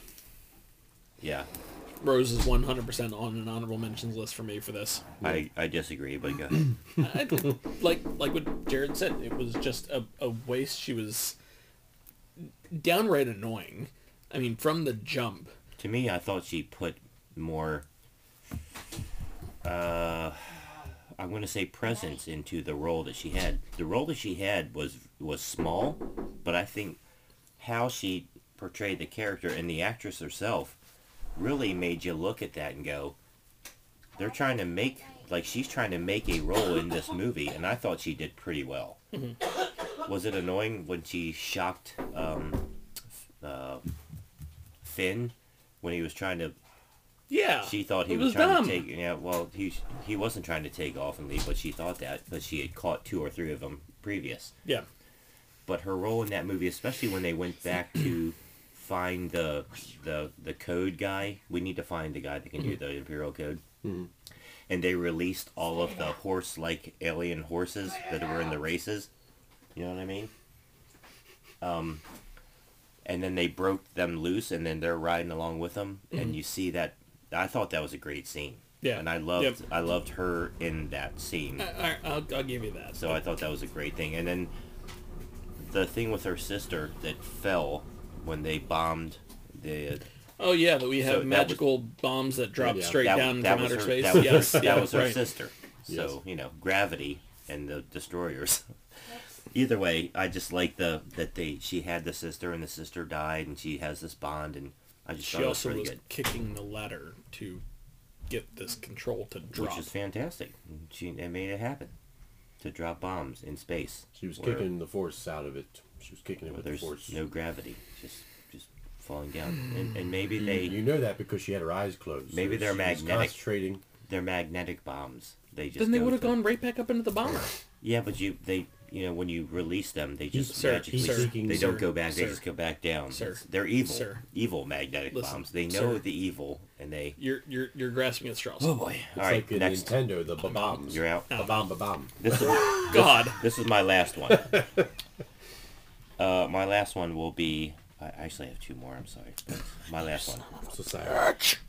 Speaker 2: Yeah.
Speaker 1: Rose is 100% on an honorable mentions list for me for this.
Speaker 2: I, I disagree, but go ahead.
Speaker 1: I, like like what Jared said, it was just a, a waste. She was downright annoying. I mean, from the jump.
Speaker 2: to me, I thought she put more uh I'm going to say presence into the role that she had. The role that she had was was small, but I think how she portrayed the character and the actress herself really made you look at that and go, they're trying to make like she's trying to make a role in this movie, and I thought she did pretty well. Was it annoying when she shocked um, uh, Finn when he was trying to?
Speaker 1: Yeah.
Speaker 2: She thought he
Speaker 1: It
Speaker 2: was,
Speaker 1: was
Speaker 2: trying
Speaker 1: dumb.
Speaker 2: to take. Yeah, well, he he wasn't trying to take off and leave, but she thought that because she had caught two or three of them previous
Speaker 1: Yeah.
Speaker 2: but her role in that movie, especially when they went back to find the the the code guy, we need to find the guy that can do the imperial code. And they released all of the horse-like alien horses that were in the races. You know what I mean? Um, and then they broke them loose, and then they're riding along with them, and you see that. I thought that was a great scene.
Speaker 1: Yeah.
Speaker 2: And I loved I loved her in that scene.
Speaker 1: I, I, I'll, I'll give you that.
Speaker 2: So I thought that was a great thing. And then the thing with her sister that fell when they bombed the
Speaker 1: Oh yeah, that we have
Speaker 2: that was-
Speaker 1: magical bombs that drop
Speaker 3: Yeah.
Speaker 1: straight
Speaker 2: that,
Speaker 1: down
Speaker 2: that
Speaker 1: from
Speaker 2: was
Speaker 1: outer
Speaker 2: her,
Speaker 1: space.
Speaker 2: That was
Speaker 1: yes,
Speaker 2: her,
Speaker 1: yeah,
Speaker 2: that was her
Speaker 1: right.
Speaker 2: sister. So you know gravity and the destroyers. Either way, I just like the that they she had the sister and the sister died and she has this bond and I just
Speaker 1: She
Speaker 2: thought it was
Speaker 1: also
Speaker 2: really
Speaker 1: was
Speaker 2: good,
Speaker 1: kicking the ladder to get this control to drop.
Speaker 2: which is fantastic. She it made it happen to drop bombs in space.
Speaker 3: She was
Speaker 2: where-
Speaker 3: kicking the force out of it. She was kicking it
Speaker 2: where
Speaker 3: with the
Speaker 2: there's
Speaker 3: force.
Speaker 2: no gravity, just just falling down. And, and maybe they
Speaker 3: You know that because she had her eyes closed.
Speaker 2: Maybe they're
Speaker 3: she was
Speaker 2: magnetic.
Speaker 3: Concentrating.
Speaker 2: They're magnetic bombs. They just
Speaker 1: then they
Speaker 2: go
Speaker 1: would have
Speaker 2: to-
Speaker 1: gone right back up into the bomber.
Speaker 2: Yeah, but you they you know when you release them, they just
Speaker 1: Sir,
Speaker 2: magically
Speaker 1: sir,
Speaker 2: they
Speaker 1: sir,
Speaker 2: don't go back.
Speaker 1: sir.
Speaker 2: they just go back down.
Speaker 1: Sir,
Speaker 2: It's- they're evil.
Speaker 1: sir.
Speaker 2: Evil magnetic
Speaker 1: Listen,
Speaker 2: bombs. They know
Speaker 1: sir. Oh,
Speaker 2: the evil, and they.
Speaker 1: You're you're you're grasping at straws.
Speaker 2: boy!
Speaker 3: It's
Speaker 2: All right,
Speaker 3: like in
Speaker 2: next.
Speaker 3: Nintendo, the ba-bombs.
Speaker 2: You're out.
Speaker 1: Oh.
Speaker 3: Ba-bomb, ba-bomb.
Speaker 2: This is
Speaker 1: God.
Speaker 2: this is my last one. uh, my last one will be. I actually have two more. I'm sorry. My last one.
Speaker 3: So sorry.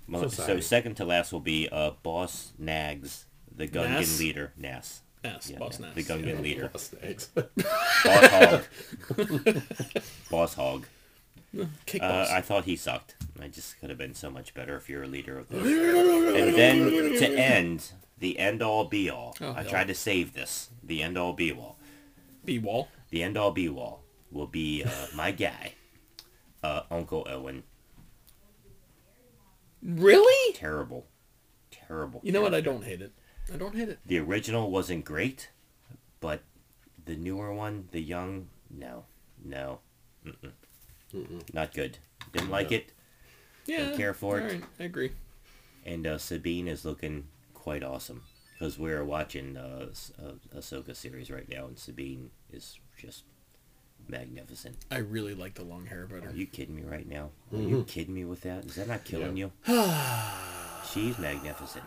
Speaker 2: My-
Speaker 3: So
Speaker 2: so
Speaker 3: sorry.
Speaker 2: second to last will be uh, Boss Nags, the Gungan
Speaker 1: Nass?
Speaker 2: leader. Nass.
Speaker 1: Yes,
Speaker 2: Yeah,
Speaker 1: boss Nass.
Speaker 2: Nass, The Gungan leader.
Speaker 3: Snakes.
Speaker 2: Boss Hog. Boss Hog.
Speaker 1: Kick
Speaker 2: Uh,
Speaker 1: boss.
Speaker 2: I thought he sucked. I just could have been so much better if you're a leader of this. and then to end, the end all be all.
Speaker 1: Oh,
Speaker 2: I
Speaker 1: hell.
Speaker 2: tried to save this. The end all be all.
Speaker 1: B wall.
Speaker 2: The end all be all will be uh, my guy, uh, Uncle Owen.
Speaker 1: Really?
Speaker 2: Terrible. Terrible.
Speaker 1: You know what? I
Speaker 2: character.
Speaker 1: don't hate it. I don't hate it.
Speaker 2: The original wasn't great, but the newer one, the young, no. No. Mm-mm. Not good. Didn't like it.
Speaker 1: Yeah.
Speaker 2: care for it.
Speaker 1: all right, I agree.
Speaker 2: and uh, Sabine is looking quite awesome because we're watching uh, S- uh, Ahsoka series right now, and Sabine is just magnificent.
Speaker 1: I really like the long hair about her.
Speaker 2: Are you kidding me right now? Are
Speaker 3: Mm-hmm.
Speaker 2: you kidding me with that? Is that not killing you? She's magnificent.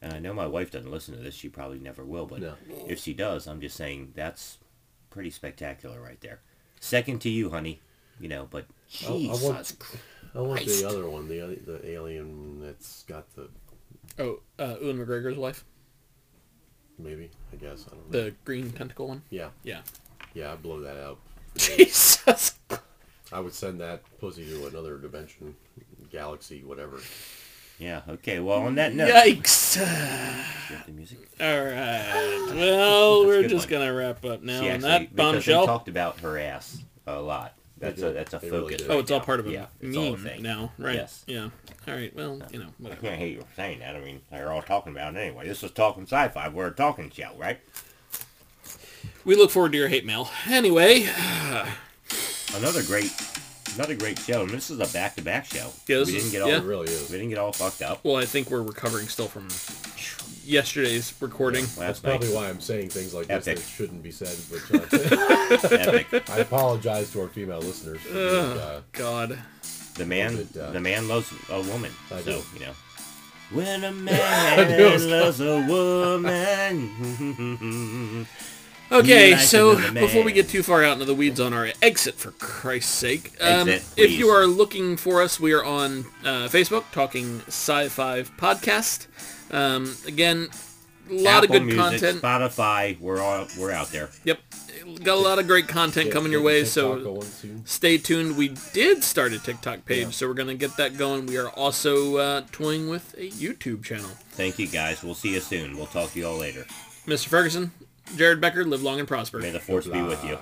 Speaker 2: And I know my wife doesn't listen to this; she probably never will. But
Speaker 3: No.
Speaker 2: if she does, I'm just saying that's pretty spectacular right there. Second to you, honey. You know, but
Speaker 3: Oh, I- I want-
Speaker 2: Jesus Christ.
Speaker 3: I want
Speaker 2: Christ.
Speaker 3: the other one, the other, the alien that's got the
Speaker 1: Oh, uh, Ewan McGregor's wife,
Speaker 3: maybe. I guess I don't know.
Speaker 1: the green tentacle one.
Speaker 3: Yeah,
Speaker 1: Yeah.
Speaker 3: yeah. I blow that out.
Speaker 1: Jesus.
Speaker 3: I would send that pussy to another dimension, galaxy, whatever.
Speaker 2: Yeah. Okay. Well, on that note,
Speaker 1: Yikes!
Speaker 2: Do you have the music.
Speaker 1: All right. Well, we're
Speaker 2: good
Speaker 1: just
Speaker 2: one.
Speaker 1: gonna wrap up now
Speaker 2: She
Speaker 1: on
Speaker 2: actually-
Speaker 1: that
Speaker 2: because
Speaker 1: bombshell.
Speaker 2: They talked about her ass a lot. That's a
Speaker 3: did.
Speaker 2: that's a
Speaker 3: They really
Speaker 2: focus.
Speaker 3: did.
Speaker 1: oh,
Speaker 2: right
Speaker 1: it's all
Speaker 2: now.
Speaker 1: part of a
Speaker 2: yeah, it's all a
Speaker 1: meme
Speaker 2: thing.
Speaker 1: now, right?
Speaker 2: Yes.
Speaker 1: Yeah. All right. Well, you know,
Speaker 2: I
Speaker 1: whatever.
Speaker 2: can't hate you for saying that. I mean, they're all talking about it anyway. This is talking sci-fi. We're a talking show, right?
Speaker 1: We look forward to your hate mail. Anyway,
Speaker 2: Another great, another great show. And this is a back-to-back show.
Speaker 1: Yeah, this
Speaker 2: we didn't
Speaker 1: is-
Speaker 2: get all
Speaker 1: yeah.
Speaker 3: It really is.
Speaker 2: we didn't get all fucked up
Speaker 1: well, I think we're recovering still from yesterday's recording.
Speaker 3: That's
Speaker 2: last night.
Speaker 3: probably why I'm saying things like
Speaker 2: Epic.
Speaker 3: this that shouldn't be said. But uh,
Speaker 2: Epic.
Speaker 3: I apologize to our female listeners. For being, uh,
Speaker 1: God.
Speaker 2: The man,
Speaker 3: Was it, uh,
Speaker 2: the man loves a woman.
Speaker 3: I
Speaker 2: so
Speaker 3: do.
Speaker 2: you know. When a
Speaker 3: knew it was
Speaker 2: man loves a woman.
Speaker 1: Okay,
Speaker 2: Nice
Speaker 1: so
Speaker 2: another man.
Speaker 1: before we get too far out into the weeds on our exit, for Christ's sake, um,
Speaker 2: Exit,
Speaker 1: if you
Speaker 2: please.
Speaker 1: are looking for us, we are on uh, Facebook, Talking Sci-Fi Podcast. Um, again, a lot
Speaker 2: Apple
Speaker 1: of good
Speaker 2: Music,
Speaker 1: content.
Speaker 2: Spotify, we're all we're out there.
Speaker 1: Yep, got a lot of great content
Speaker 3: yeah,
Speaker 1: coming your
Speaker 3: get
Speaker 1: way,
Speaker 3: the
Speaker 1: so
Speaker 3: TikTok going soon.
Speaker 1: stay tuned. We did start a TikTok page, so we're going to get that going. We are also uh, toying with a YouTube channel.
Speaker 2: Thank you guys. We'll see you soon. We'll talk to you all later.
Speaker 1: Mr. Ferguson, Jared Becker, live long and prosper.
Speaker 2: May the force be with you.